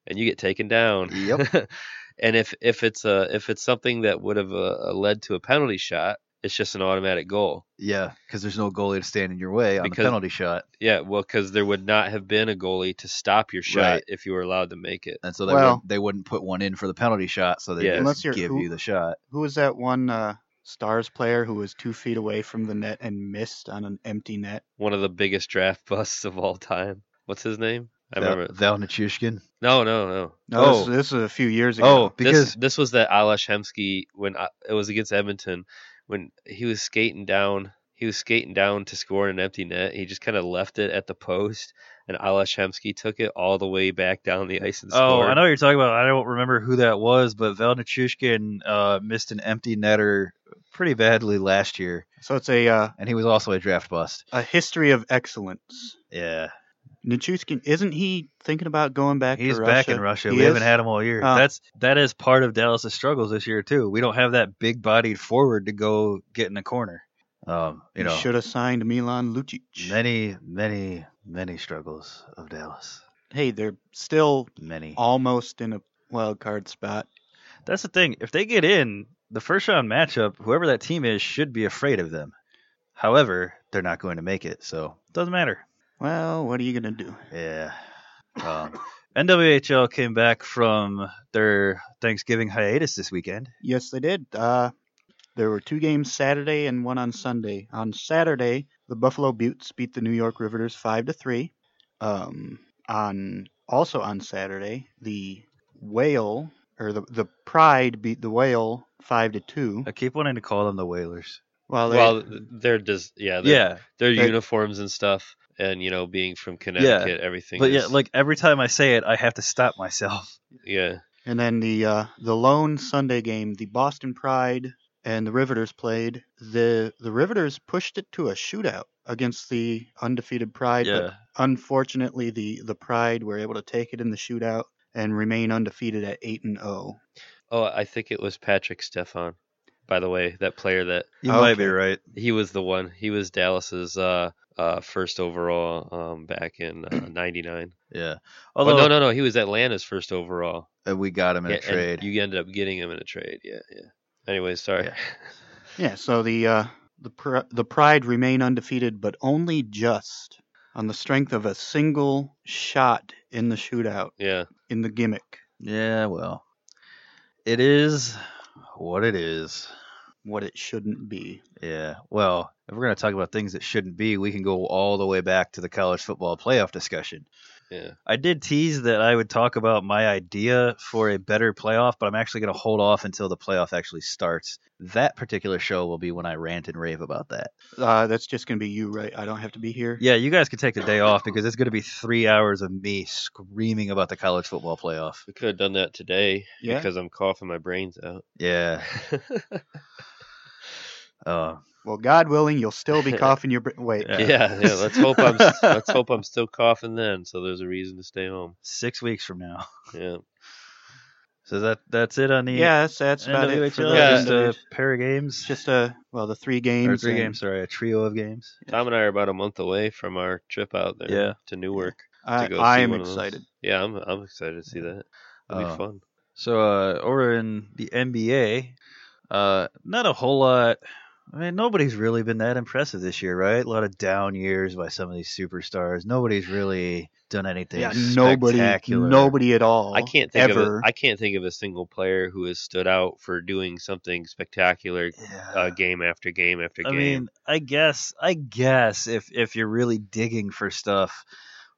J: and you get taken down.
I: Yep.
J: and if if it's a if it's something that would have uh, led to a penalty shot, it's just an automatic goal.
I: Yeah, because there's no goalie to stand in your way on
J: Because-
I: the penalty shot,
J: Yeah, well, because there would not have been a goalie to stop your shot
I: Right.
J: if you were allowed to make it.
I: and so they
H: Well-
I: would, they wouldn't put one in for the penalty shot, so they
J: Yeah.
I: just
H: Unless you're-
I: give you the shot.
H: Who was that one uh, Stars player who was two feet away from the net and missed on an empty net?
J: One of the biggest draft busts of all time. What's his name? I
I: Val,
J: remember.
I: Val Nichushkin.
J: No, no, no.
H: No,
I: Oh.
H: this, this was a few years
I: Oh,
H: ago.
I: because
J: this, this was that Alash Hemsky when I, it was against Edmonton when he was skating down he was skating down to score in an empty net he just kind of left it at the post and Alash Hemsky took it all the way back down the ice and
L: Oh,
J: scored.
L: I
I: I know what you're talking about. I don't remember who that was, but Val Nichushkin uh, missed an empty netter pretty badly last year,
H: so it's a uh,
I: and he was also a draft bust.
H: a history of excellence.
I: Yeah,
H: Nichushkin, isn't he thinking about going back?
I: he's
H: to Russia?
I: back in Russia.
H: He
I: we
H: is?
I: haven't had him all year.
H: Oh.
I: That's that is part of Dallas's struggles this year too. We don't have that big-bodied forward to go get in the corner. Um,
H: He
I: you know,
H: should have signed Milan Lucic.
I: many, many,
M: Many struggles of Dallas.
H: Hey, they're still
M: many
H: almost in a wild card spot.
I: That's the thing. If they get in the first round matchup, whoever that team is should be afraid of them. However, they're not going to make it, so doesn't matter.
H: Well, what are you gonna do?
I: Yeah. Um, NWHL came back from their Thanksgiving hiatus this weekend.
H: Yes, they did. Uh, there were two games Saturday and one on Sunday. On Saturday, the Buffalo Buttes beat the New York Riveters five to three. Um, on also on Saturday, the Whale or the the Pride beat the Whale five to two.
I: I keep wanting to call them the Whalers.
H: Well, they,
J: well, they're just yeah, they're,
I: Yeah.
J: their
I: They-
J: uniforms and stuff, and you know, being from Connecticut, everything.
I: But
J: is,
I: yeah, like every time I say it, I have to stop myself.
J: yeah,
H: And then the uh, the lone Sunday game, the Boston Pride and the Riveters played. the The Riveters pushed it to a shootout against the undefeated Pride,
I: Yeah.
H: but unfortunately, the the Pride were able to take it in the shootout and remain undefeated at eight and zero.
J: Oh, I think it was Patrick Stefan. By the way, that player that
I: You might be right.
J: he was the one. He was Dallas's uh, uh, first overall um, back in uh, '99.
I: Yeah.
J: Although
I: Although-
J: Oh,
I: uh,
J: no, no, no, he was Atlanta's first overall.
M: And we got him in
J: Yeah,
M: a
J: and
M: trade.
J: You ended up getting him in a trade. Yeah, yeah. Anyways, sorry.
H: Yeah, so the uh, the pr- the Pride remain undefeated, but only just on the strength of a single shot in the shootout
J: Yeah.
H: in the gimmick.
M: Yeah, well, it is what it is.
H: What it shouldn't be.
M: Yeah. Well, if we're going to talk about things that shouldn't be, we can go all the way back to the college football playoff discussion.
J: Yeah.
I: I did tease that I would talk about my idea for a better playoff, but I'm actually going to hold off until the playoff actually starts. That particular show will be when I rant and rave about that.
H: Uh, that's just gonna be you, right? I don't have to be here.
I: Yeah, you guys can take the day off because it's going to be three hours of me screaming about the college football playoff.
J: We could have done that today
H: Yeah.
J: because I'm coughing my brains out.
I: Yeah. uh,
H: Well, God willing, you'll still be coughing your. Br- Wait.
J: Yeah, yeah. let's hope I'm let's hope I'm still coughing then, so there's a reason to stay home.
I: six weeks from now.
J: Yeah.
I: So that that's it on the
H: Yeah, that's, that's about it. For the,
I: NWHL. Just a pair of games.
H: Just a well, the three games.
I: Or three
H: and-
I: games, sorry, a trio of games.
J: Tom and I are about a month away from our trip out there
I: Yeah.
J: to Newark.
H: I-
J: to go
H: I
J: see
H: am
J: one of those.
H: excited.
J: Yeah, I'm I'm excited to see that. It'll
I: Uh,
J: be fun.
I: So uh, over in the NBA, uh, not a whole lot. I mean, nobody's really been that impressive this year, right? A lot of down years by some of these superstars. Nobody's really done anything
H: Yeah, nobody,
I: spectacular.
H: nobody at all.
J: I can't think
H: ever.
J: of a, I can't think of a single player who has stood out for doing something spectacular uh, game after game after
I: I
J: game.
I: mean, I guess, I guess if if you're really digging for stuff,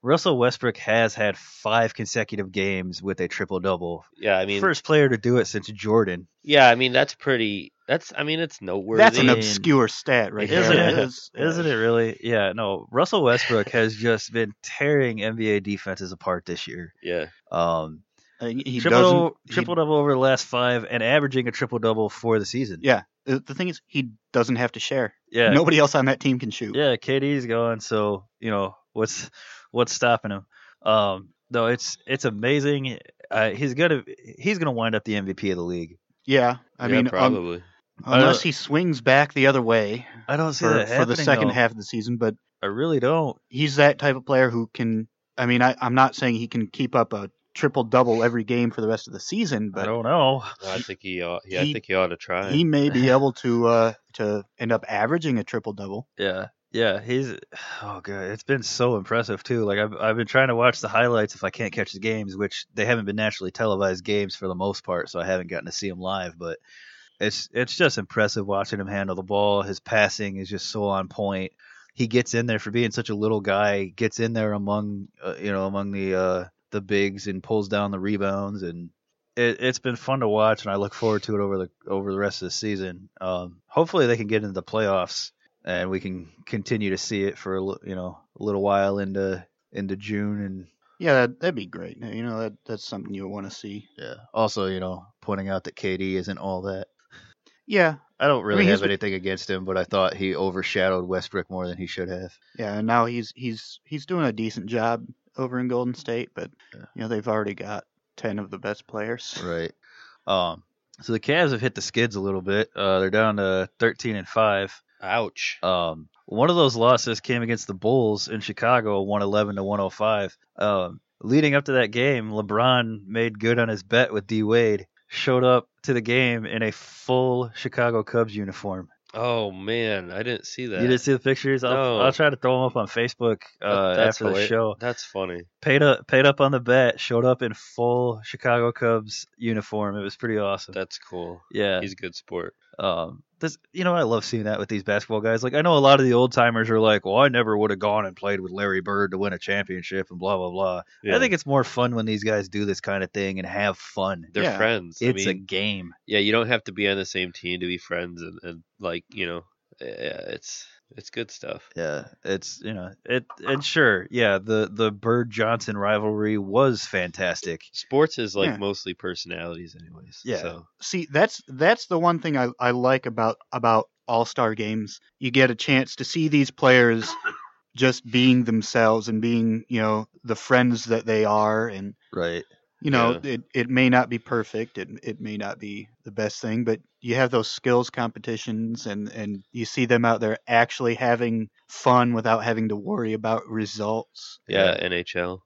I: Russell Westbrook has had five consecutive games with a triple double.
J: yeah, I mean,
I: First player to do it since Jordan.
J: yeah, I mean that's pretty. That's I mean it's noteworthy.
H: That's an
I: I mean,
H: obscure stat, right?
I: Isn't
H: there.
I: it? Isn't it really? Yeah, no. Russell Westbrook has just been tearing NBA defenses apart this year.
J: yeah,
I: Um,
H: Uh, He
I: triple
H: doesn't.
I: triple double over the last five, and averaging a triple double for the season.
H: he, yeah. The the thing is, he doesn't have to share.
I: Yeah.
H: Nobody else on that team can shoot.
I: Yeah, KD's gone, so you know what's what's stopping him. Um, no, it's it's amazing. Uh, he's gonna he's gonna wind up the MVP of the league.
H: Yeah, I
J: yeah,
H: mean, um,
J: probably.
H: unless
I: Uh,
H: he swings back the other way
I: I don't see
H: for,
I: that
H: for the
I: happening,
H: second
I: though.
H: half of the season, but
I: I really don't.
H: he's that type of player who can. I mean, I, I'm not saying he can keep up a triple double every game for the rest of the season,
I: I
H: but
I: don't know.
J: I think he ought. Yeah,
H: he-
J: I think he ought to try.
H: he may be able to uh, to end up averaging a triple double.
I: Yeah, yeah, he's oh god, it's been so impressive too. Like I've I've been trying to watch the highlights if I can't catch the games, which they haven't been nationally televised games for the most part, so I haven't gotten to see him live. But it's it's just impressive watching him handle the ball. His passing is just so on point. He gets in there for being such a little guy. Gets in there among uh, you know among the uh, the bigs and pulls down the rebounds and it, it's been fun to watch, and I look forward to it over the over the rest of the season. Um, hopefully, they can get into the playoffs, and we can continue to see it for a li- you know a little while into into June, and
H: Yeah, that'd, that'd be great. You know, that that's something you'll want to see.
I: yeah. Also, you know, pointing out that KD isn't all that.
H: Yeah,
I: I don't really
H: he's
I: have
H: been-
I: anything against him, but I thought he overshadowed Westbrook more than he should have.
H: yeah. And now he's he's he's doing a decent job over in Golden State, but you know they've already got ten of the best players.
I: Right. Um. So the Cavs have hit the skids a little bit. Uh, they're down to 13 and five.
J: Ouch.
I: Um, one of those losses came against the Bulls in Chicago, 111 to 105. Um, leading up to that game, LeBron made good on his bet with D Wade. Showed up to the game in a full Chicago Cubs uniform.
J: Oh man, I didn't see that.
I: You didn't see the pictures? I'll,
J: No.
I: I'll try to throw them up on Facebook uh,
J: That's
I: after the
J: hila-
I: show.
J: That's funny.
I: Paid up, paid up on the bet. Showed up in full Chicago Cubs uniform. It was pretty awesome.
J: That's cool.
I: Yeah.
J: He's a good sport.
I: Um, this, you know, I love seeing that with these basketball guys. Like, I know a lot of the old timers are like, "Well, I never would have gone and played with Larry Bird to win a championship," and blah blah blah. I
J: Yeah.
I: think it's more fun when these guys do this kind of thing and have fun.
J: They're friends. I
I: It's a
J: mean,
I: game.
J: Yeah, you don't have to be on the same team to be friends and, and like, you know, yeah, it's it's good stuff.
I: Yeah, it's you know it and sure, yeah. The the Bird Johnson rivalry was fantastic.
J: Sports is like
I: Yeah.
J: mostly personalities anyways.
I: Yeah.
J: So
H: see that's that's the one thing I, I like about about all star games. You get a chance to see these players just being themselves and being you know the friends that they are, and
I: right.
H: You know
J: Yeah.
H: it, it may not be perfect, it it may not be the best thing, but you have those skills competitions and and you see them out there actually having fun without having to worry about results.
J: yeah, NHL.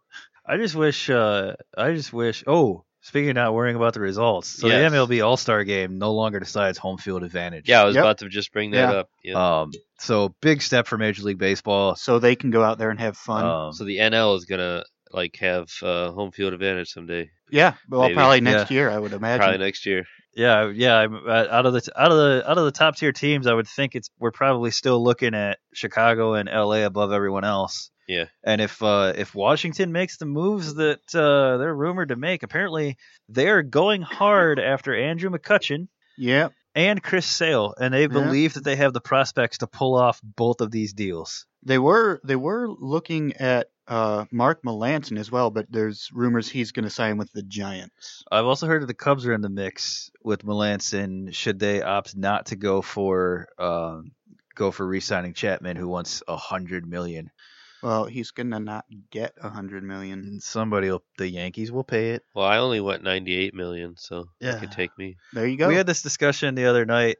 I: I just wish. uh I just wish. Oh, speaking of not worrying about the results, so
J: Yes.
I: the MLB All Star Game no longer decides home field advantage.
J: Yeah, I was about to just bring that
I: Yeah.
J: up. Yeah.
I: Um, so big step for Major League Baseball.
H: So they can go out there and have fun.
I: Um,
J: so the NL is gonna like have uh, home field advantage someday.
H: yeah, well,
J: Maybe.
H: probably next
I: Yeah.
H: year I would imagine.
J: Probably next year.
I: yeah, yeah. I'm, uh, out of the out of the out of the top tier teams, I would think it's we're probably still looking at Chicago and LA above everyone else.
J: Yeah.
I: And if uh, if Washington makes the moves that uh, they're rumored to make, apparently they're going hard after Andrew McCutcheon
H: Yeah,
I: and Chris Sale, and they believe that they have the prospects to pull off both of these deals.
H: They were they were looking at uh, Mark Melanson as well, but there's rumors he's going to sign with the Giants.
I: I've also heard that the Cubs are in the mix with Melanson. Should they opt not to go for um, go for re-signing Chapman, who wants a hundred million?
H: Well, he's going to not get a hundred
I: Mm.
H: million.
I: Somebody, will the Yankees will pay it.
J: Well, I only went ninety eight million, so
I: Yeah.
J: it could take me.
H: There you go.
I: We had this discussion the other night.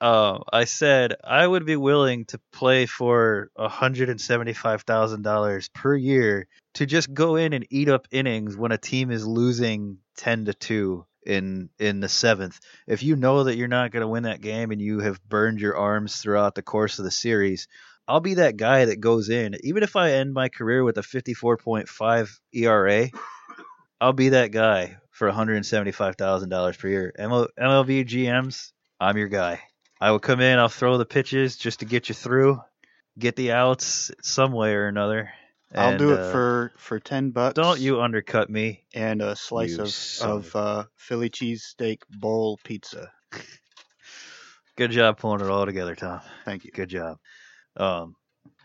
I: Um, I said I would be willing to play for hundred and seventy-five thousand dollars per year to just go in and eat up innings when a team is losing ten to two in in the seventh. If you know that you're not going to win that game and you have burned your arms throughout the course of the series, I'll be that guy that goes in, even if I end my career with a fifty-four point five E ERA. I'll be that guy for $175,000 per year. ML- MLB GMs, I'm your guy. I will come in, I'll throw the pitches just to get you through, get the outs some way or another.
H: I'll
I: and,
H: do it
I: uh,
H: for for ten bucks.
I: Don't you undercut me.
H: And a slice
I: You
H: of
I: son
H: of uh, Philly cheesesteak bowl pizza.
I: Good job pulling it all together, Tom.
H: Thank you.
I: Good job. Um,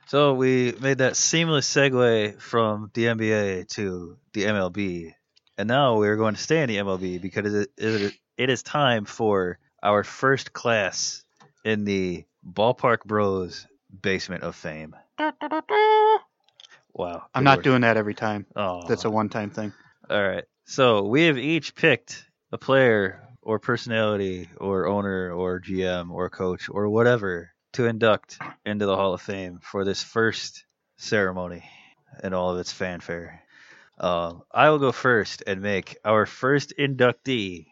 I: so we made that seamless segue from the NBA to the MLB, and now we are going to stay in the MLB because it, it, it is time for our first class in the Ballpark Bros Basement of Fame. Wow,
H: I'm
I: good
H: not
I: work.
H: doing that every time.
I: Aw.
H: That's a one time thing.
I: All right. So we have each picked a player or personality or owner or GM or coach or whatever to induct into the Hall of Fame for this first ceremony and all of its fanfare. Um, I will go first and make our first inductee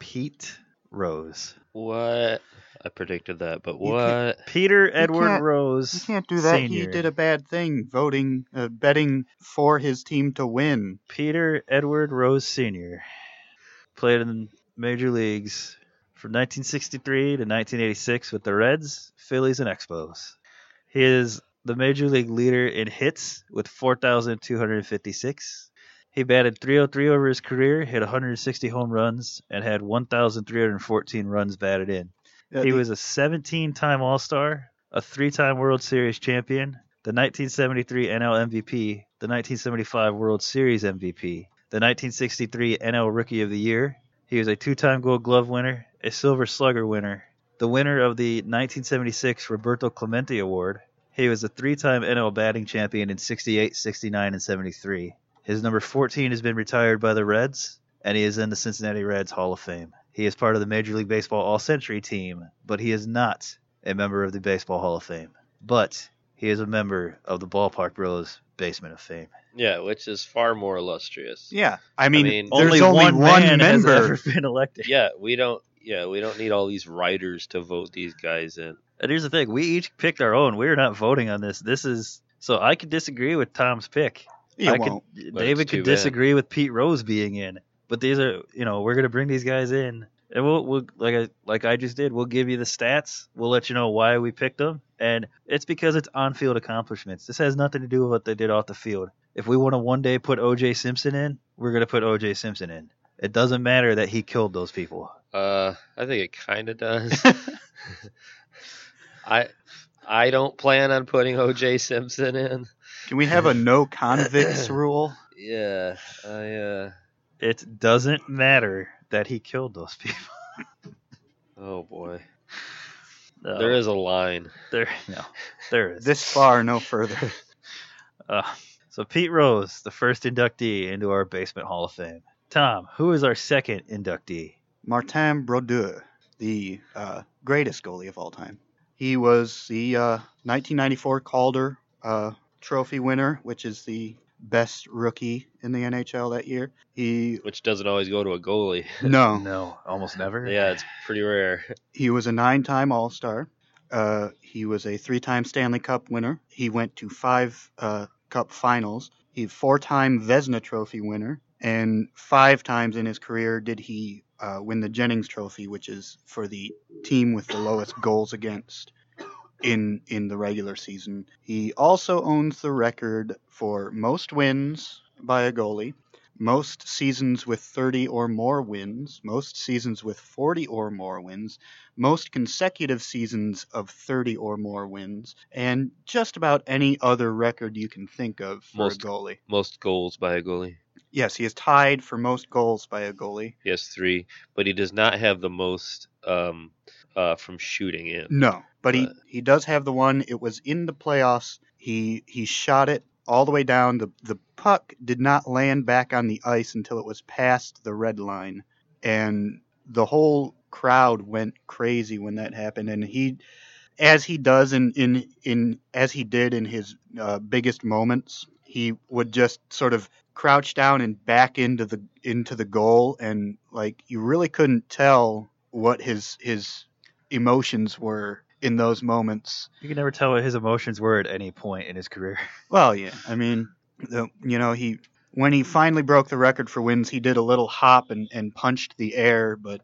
I: Pete Rose.
J: What? I predicted that, but
I: You
J: what?
I: can't- Peter
H: You
I: Edward
H: can't-
I: Rose.
H: You can't do that. He
I: Senior.
H: did a bad thing voting, uh, betting for his team to win.
I: Peter Edward Rose Sr. played in major leagues from 1963 to 1986 with the Reds, Phillies, and Expos. He is the major league leader in hits with 4,256. He batted 303 over his career, hit 160 home runs, and had 1,314 runs batted in.
H: Yeah,
I: he
H: the-
I: was a 17 time All Star, a three time World Series champion, the 1973 NL MVP, the 1975 World Series MVP, the 1963 NL Rookie of the Year. He was a two time Gold Glove winner, a Silver Slugger winner, the winner of the 1976 Roberto Clemente Award. He was a three time NL batting champion in 68, 69, and 73. His number 14 has been retired by the Reds, and he is in the Cincinnati Reds Hall of Fame. He is part of the Major League Baseball All Century team, but he is not a member of the Baseball Hall of Fame, but he is a member of the Ballpark Bros Basement of Fame.
J: Yeah, which is far more illustrious.
H: Yeah, I mean, there's
I: only one man has ever been
J: elected. Yeah, we don't. Yeah, we don't need all these writers to vote these guys in.
I: And here's the thing: we each picked our own. We're not voting on this. This is so I could disagree with Tom's pick.
H: You
I: I
H: won't,
I: could,
J: but
I: David
J: it's too
I: could
J: bad.
I: disagree with Pete Rose being in. But these are, you know, we're gonna bring these guys in, and we'll, we'll like I like I just did. We'll give you the stats. We'll let you know why we picked them, and it's because it's on-field accomplishments. This has nothing to do with what they did off the field. If we want to one day put O.J. Simpson in, we're gonna put O.J. Simpson in. It doesn't matter that he killed those people.
J: Uh, I think it kind of does. I I don't plan on putting O.J. Simpson in.
H: Can we have a no convicts rule?
J: Yeah, I uh,
I: It doesn't matter that he killed those people.
J: oh boy,
I: No,
J: there is a line.
I: there no there is.
H: This far, no further.
I: Uh, so Pete Rose, the first inductee into our basement Hall of Fame. Tom, who is our second inductee?
H: Martin Brodeur, the uh, greatest goalie of all time. He was the uh, 1994 Calder uh, Trophy winner, which is the best rookie in the NHL that year. He
J: Which doesn't always go to a goalie.
H: no,
I: No, almost never.
J: yeah, it's pretty rare.
H: He was a nine time All Star. Uh, he was a three time Stanley Cup winner. He went to five uh, Cup finals. He four time Vesna Trophy winner. And five times in his career did he uh, win the Jennings Trophy, which is for the team with the lowest goals against in in the regular season. He also owns the record for most wins by a goalie, most seasons with 30 or more wins, most seasons with 40 or more wins, most consecutive seasons of 30 or more wins, and just about any other record you can think of for
J: Most-
H: a goalie.
J: Most goals by a goalie.
H: Yes, he is tied for most goals by a goalie.
J: He has three, but he does not have the most um uh from shooting
I: Mm,
J: in.
H: No, but he
J: But-
H: he does have the one. It was in the playoffs. He he shot it all the way down. The the puck did not land back on the ice until it was past the red line, and the whole crowd went crazy when that happened. And he, as he does in in in as he did in his uh, biggest moments, he would just sort of crouch down and back into the into the goal and like you really couldn't tell what his his emotions were in those moments.
I: You can never tell what his emotions were at any point in his career.
H: Well, yeah, I mean, the, you know, he when he finally broke the record for wins, he did a little hop and, and punched the air, but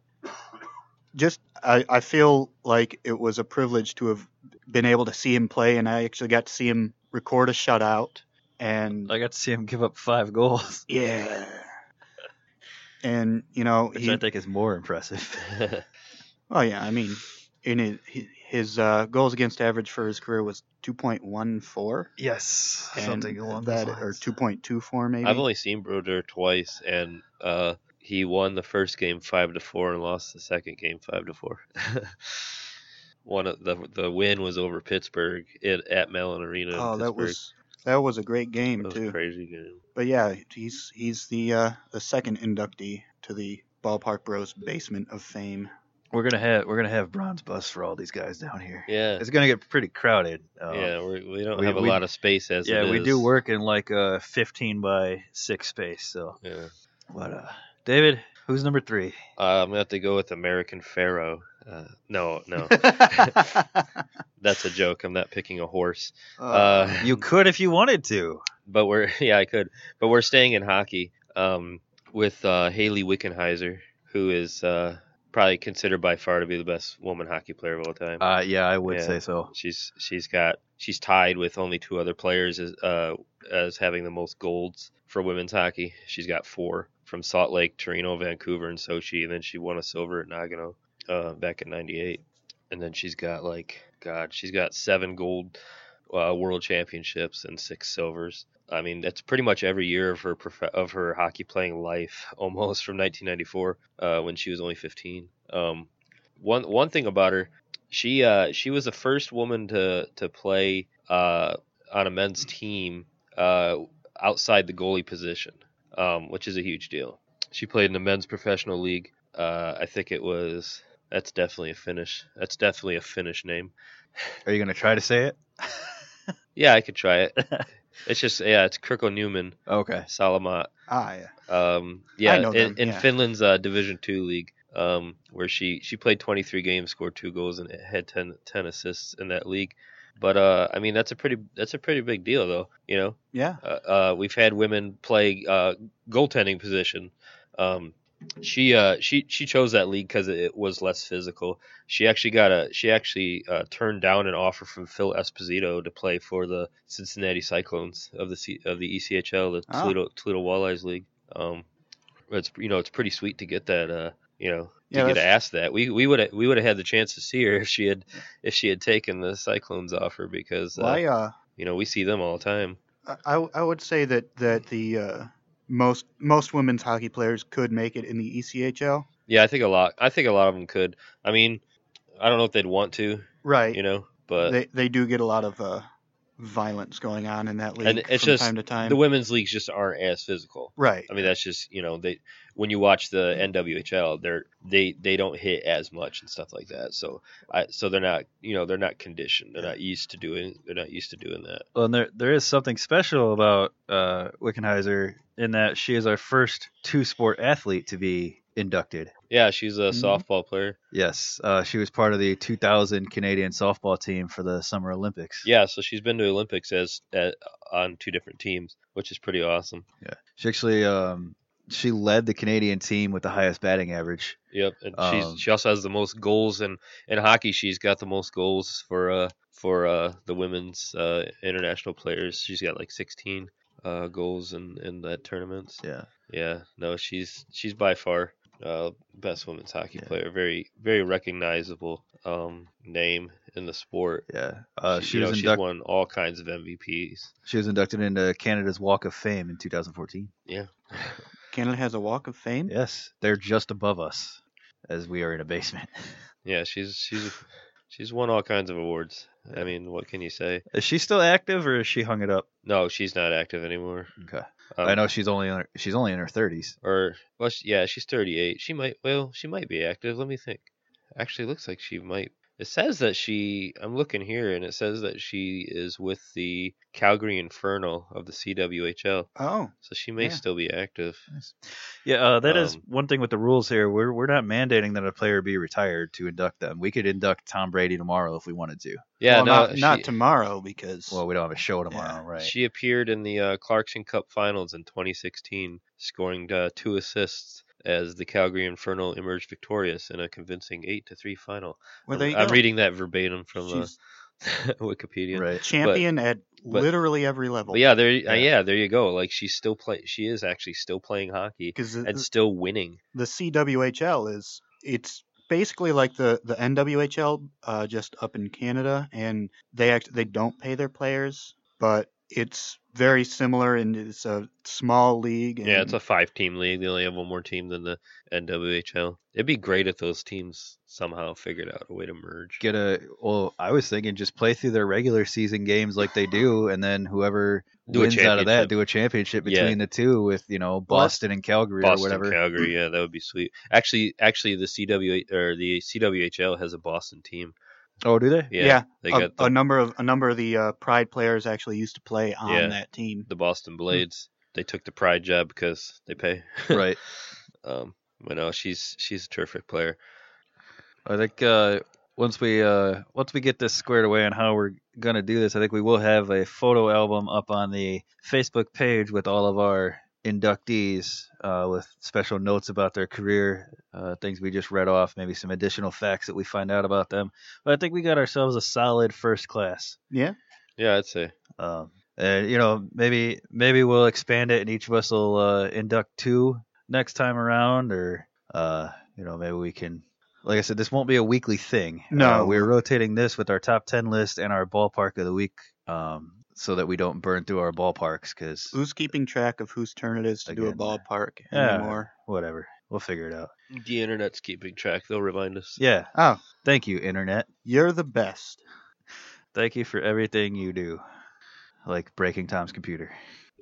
H: just I, I feel like it was a privilege to have been able to see him play, and I actually got to see him record a shutout, and
I: I got to see him give up five goals,
H: yeah, and you know,
I: which
H: he,
I: I think is more impressive.
H: Oh yeah, I mean, in his, his uh, goals against average for his career was two point one four,
I: yes, something along
H: that,
I: that
H: or two point two four maybe.
J: I've only seen Broder twice, and uh he won the first game five to four and lost the second game five to four. One of the the win was over Pittsburgh in, at Mellon Arena. in
H: oh, that
J: Pittsburgh.
H: was that was a great game
J: That was a
H: too.
J: crazy game.
H: But yeah, he's he's the uh, the second inductee to the Ballpark Bros Basement of Fame.
I: We're gonna have we're gonna have bronze bus for all these guys down here.
J: Yeah,
I: It's gonna get pretty crowded. Um,
J: yeah, we, we don't
I: we-
J: have a
I: we-
J: lot of space as
I: yeah,
J: it
I: we do
J: is.
I: work in like a 15 by six space. So,
J: Yeah.
I: but uh, David, who's number three?
J: Uh, I'm gonna have to go with American Pharaoh. Uh, no, no,
H: Uh,
J: that's a joke. I'm not picking a horse. Uh,
I: You could if you wanted to.
J: but we're yeah, I could. But we're staying in hockey um, with uh, Haley Wickenheiser, who is uh, probably considered by far to be the best woman hockey player of all time.
I: Uh, yeah, I would
J: Yeah.
I: say so.
J: She's she's got she's tied with only two other players as uh, as having the most golds for women's hockey. She's got four from Salt Lake, Torino, Vancouver, and Sochi, and then she won a silver at Nagano uh, back in '98. And then she's got like God, she's got seven gold uh, world championships and six silvers. I mean, that's pretty much every year of her prof- of her hockey playing life, almost from 1994 uh, when she was only 15. Um, one one thing about her, she uh, she was the first woman to to play uh, on a men's team uh, outside the goalie position, um, which is a huge deal. She played in the men's professional league. Uh, I think it was That's definitely a Finnish. That's definitely a Finnish name.
I: Are you gonna try to say it?
J: yeah, I could try it. It's just yeah, it's Kirko Newman.
I: Okay.
J: Salamat.
H: Ah, yeah.
J: Um, yeah,
H: I know
J: in,
H: them,
J: in
H: yeah.
J: Finland's uh, Division Two league, um, where she she played 23 games, scored two goals, and had 10, 10 assists in that league. But uh, I mean, that's a pretty that's a pretty big deal, though. You know,
H: Yeah.
J: uh, uh, we've had women play uh, goaltending position. Um, she uh, she she chose that league because it was less physical. She actually got a she actually uh, turned down an offer from Phil Esposito to play for the Cincinnati Cyclones of the C, of the ECHL, the
I: Ah.
J: Toledo Toledo Walleyes League. Um, it's you know it's pretty sweet to get that uh you know to
I: Yeah,
J: get
I: that's-
J: asked that. We we would we would have had the chance to see her if she had if she had taken the Cyclones offer because uh,
H: Well, I, uh,
J: you know we see them all the time.
H: I, I would say that that the uh, most most women's hockey players could make it in the E ECHL.
J: Yeah, I think a lot. I think a lot of them could. I mean, I don't know if they'd want to.
H: Right.
J: You know, but
H: they they do get a lot of uh, violence going on in that league
J: and it's
H: from
J: just
H: time to time.
J: the women's leagues just aren't as physical.
H: Right.
J: I mean, that's just you know they when you watch the NWHL, they're they they don't hit as much and stuff like that. So I so they're not you know they're not conditioned. They're not used to doing. They're not used to doing that.
I: Well, and there there is something special about uh, Wickenheiser in that she is our first two sport athlete to be inducted.
J: Yeah, she's a softball player.
I: Yes, uh, she was part of the 2000 Canadian softball team for the Summer Olympics.
J: Yeah, so she's been to Olympics as, as on two different teams, which is pretty awesome.
I: Yeah, she actually um, she led the Canadian team with the highest batting average.
J: Yep, and
I: Um,
J: she's she also has the most goals in in hockey. She's got the most goals for uh for uh the women's uh international players. She's got like 16 uh goals in in that tournaments.
I: Yeah.
J: Yeah, no, she's she's by far uh best women's hockey player. Very very recognizable um name in the sport.
I: Yeah. Uh, she
J: you
I: was
J: know,
I: induct-
J: she's won all kinds of MVPs.
I: She was inducted into Canada's Walk of Fame in 2014.
J: Yeah.
H: Canada has a Walk of Fame.
I: Yes, they're just above us, as we are in a basement.
J: Yeah, she's she's she's won all kinds of awards. I mean, what can you say?
I: Is she still active, or is she hung it up?
J: No, she's not active anymore.
I: Okay.
J: Um,
I: I know she's only in her, she's only in her 30s.
J: Or well, she, yeah, she's 38. She might well, she might be active. Let me think. Actually, looks like she might. It says that she. I'm looking here, and it says that she is with the Calgary Infernal of the CWHL.
H: Oh.
J: So she may
I: yeah.
J: still be active.
I: Yeah, uh, that is
J: Um,
I: one thing with the rules here. We're we're not mandating that a player be retired to induct them. We could induct Tom Brady tomorrow if we wanted to.
J: Yeah,
H: Well,
J: no,
H: not, not
J: she-
H: tomorrow because
I: Well, we don't have a show tomorrow, right?
J: She appeared in the uh, Clarkson Cup Finals in 2016, scoring uh, two assists as the Calgary Infernal emerged victorious in a convincing eight to three final.
H: Well,
J: I'm,
H: there you
J: I'm
H: go.
J: reading that verbatim from uh,
H: She's-
J: Wikipedia. But-
H: champion at
J: but-
H: literally every level.
J: But yeah, there. Yeah. yeah, there you go. Like she's still play. She is actually still playing hockey
H: 'Cause the-
J: and still winning.
H: the CWHL is it's basically like the the NWHL uh, just up in Canada, and they act they don't pay their players, but it's very similar and it's a small league. And,
J: Yeah, it's a five-team league. They only have one more team than the NWHL. It'd be great if those teams somehow figured out a way to merge.
I: Get a well. I was thinking just play through their regular season games like they do, and then whoever
J: Do a
I: wins out of that
J: championship.
I: do a championship
J: Yeah.
I: between the two with you know Boston and Calgary
J: Boston,
I: or whatever.
J: Calgary. Yeah, that would be sweet. Actually, actually, the CW or the CWHL has a Boston team.
I: Oh, do they?
J: Yeah, they
H: a,
J: got
H: a number of a number of the uh, Pride players actually used to play on
J: yeah,
H: that team.
J: the Boston Blades. They took the pride job because they pay.
I: Right.
J: um, but no, she's she's a terrific player.
I: I think uh, once we uh, once we get this squared away on how we're gonna do this, I think we will have a photo album up on the Facebook page with all of our inductees uh, with special notes about their career, uh, things we just read off, maybe some additional facts that we find out about them. But I think we got ourselves a solid first class.
H: Yeah.
J: Yeah, I'd say.
I: Um, and you know, maybe maybe we'll expand it, and each of us will uh, induct two next time around, or uh, you know, maybe we can. Like I said, this won't be a weekly thing.
H: No.
I: Uh, we're rotating this with our top ten list and our ballpark of the week, um, so that we don't burn through our ballparks. Because
H: Who's keeping track of whose turn it is to do a ballpark
I: yeah,
H: anymore?
I: whatever, we'll figure it out.
J: The internet's keeping track. They'll remind us.
I: Yeah.
H: Oh,
I: thank you, internet.
H: You're the best.
I: Thank you for everything you do, like breaking Tom's computer.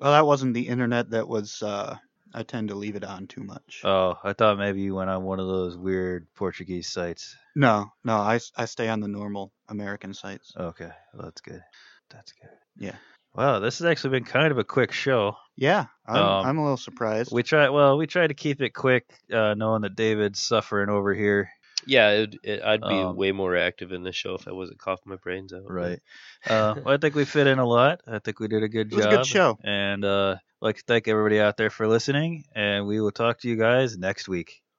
H: Well, that wasn't the internet. That was uh, I tend to leave it on too much.
I: Oh, I thought maybe you went on one of those weird Portuguese sites.
H: No, no, I, s- I stay on the normal American sites.
I: Okay, well, that's good. That's good.
H: Yeah.
I: Wow, this has actually been kind of a quick show.
H: Yeah, I'm,
I: Um,
H: I'm a little surprised.
I: We try well, we tried to keep it quick, uh, knowing that David's suffering over here.
J: Yeah, it, it, I'd be
I: Um,
J: way more active in this show if I wasn't coughing my brains out.
I: Right. Uh, well, I think we fit in a lot. I think we did a good
J: It
I: job.
J: was a good
I: show. And uh, I'd like to thank everybody out there for listening. And we will talk to you guys next week.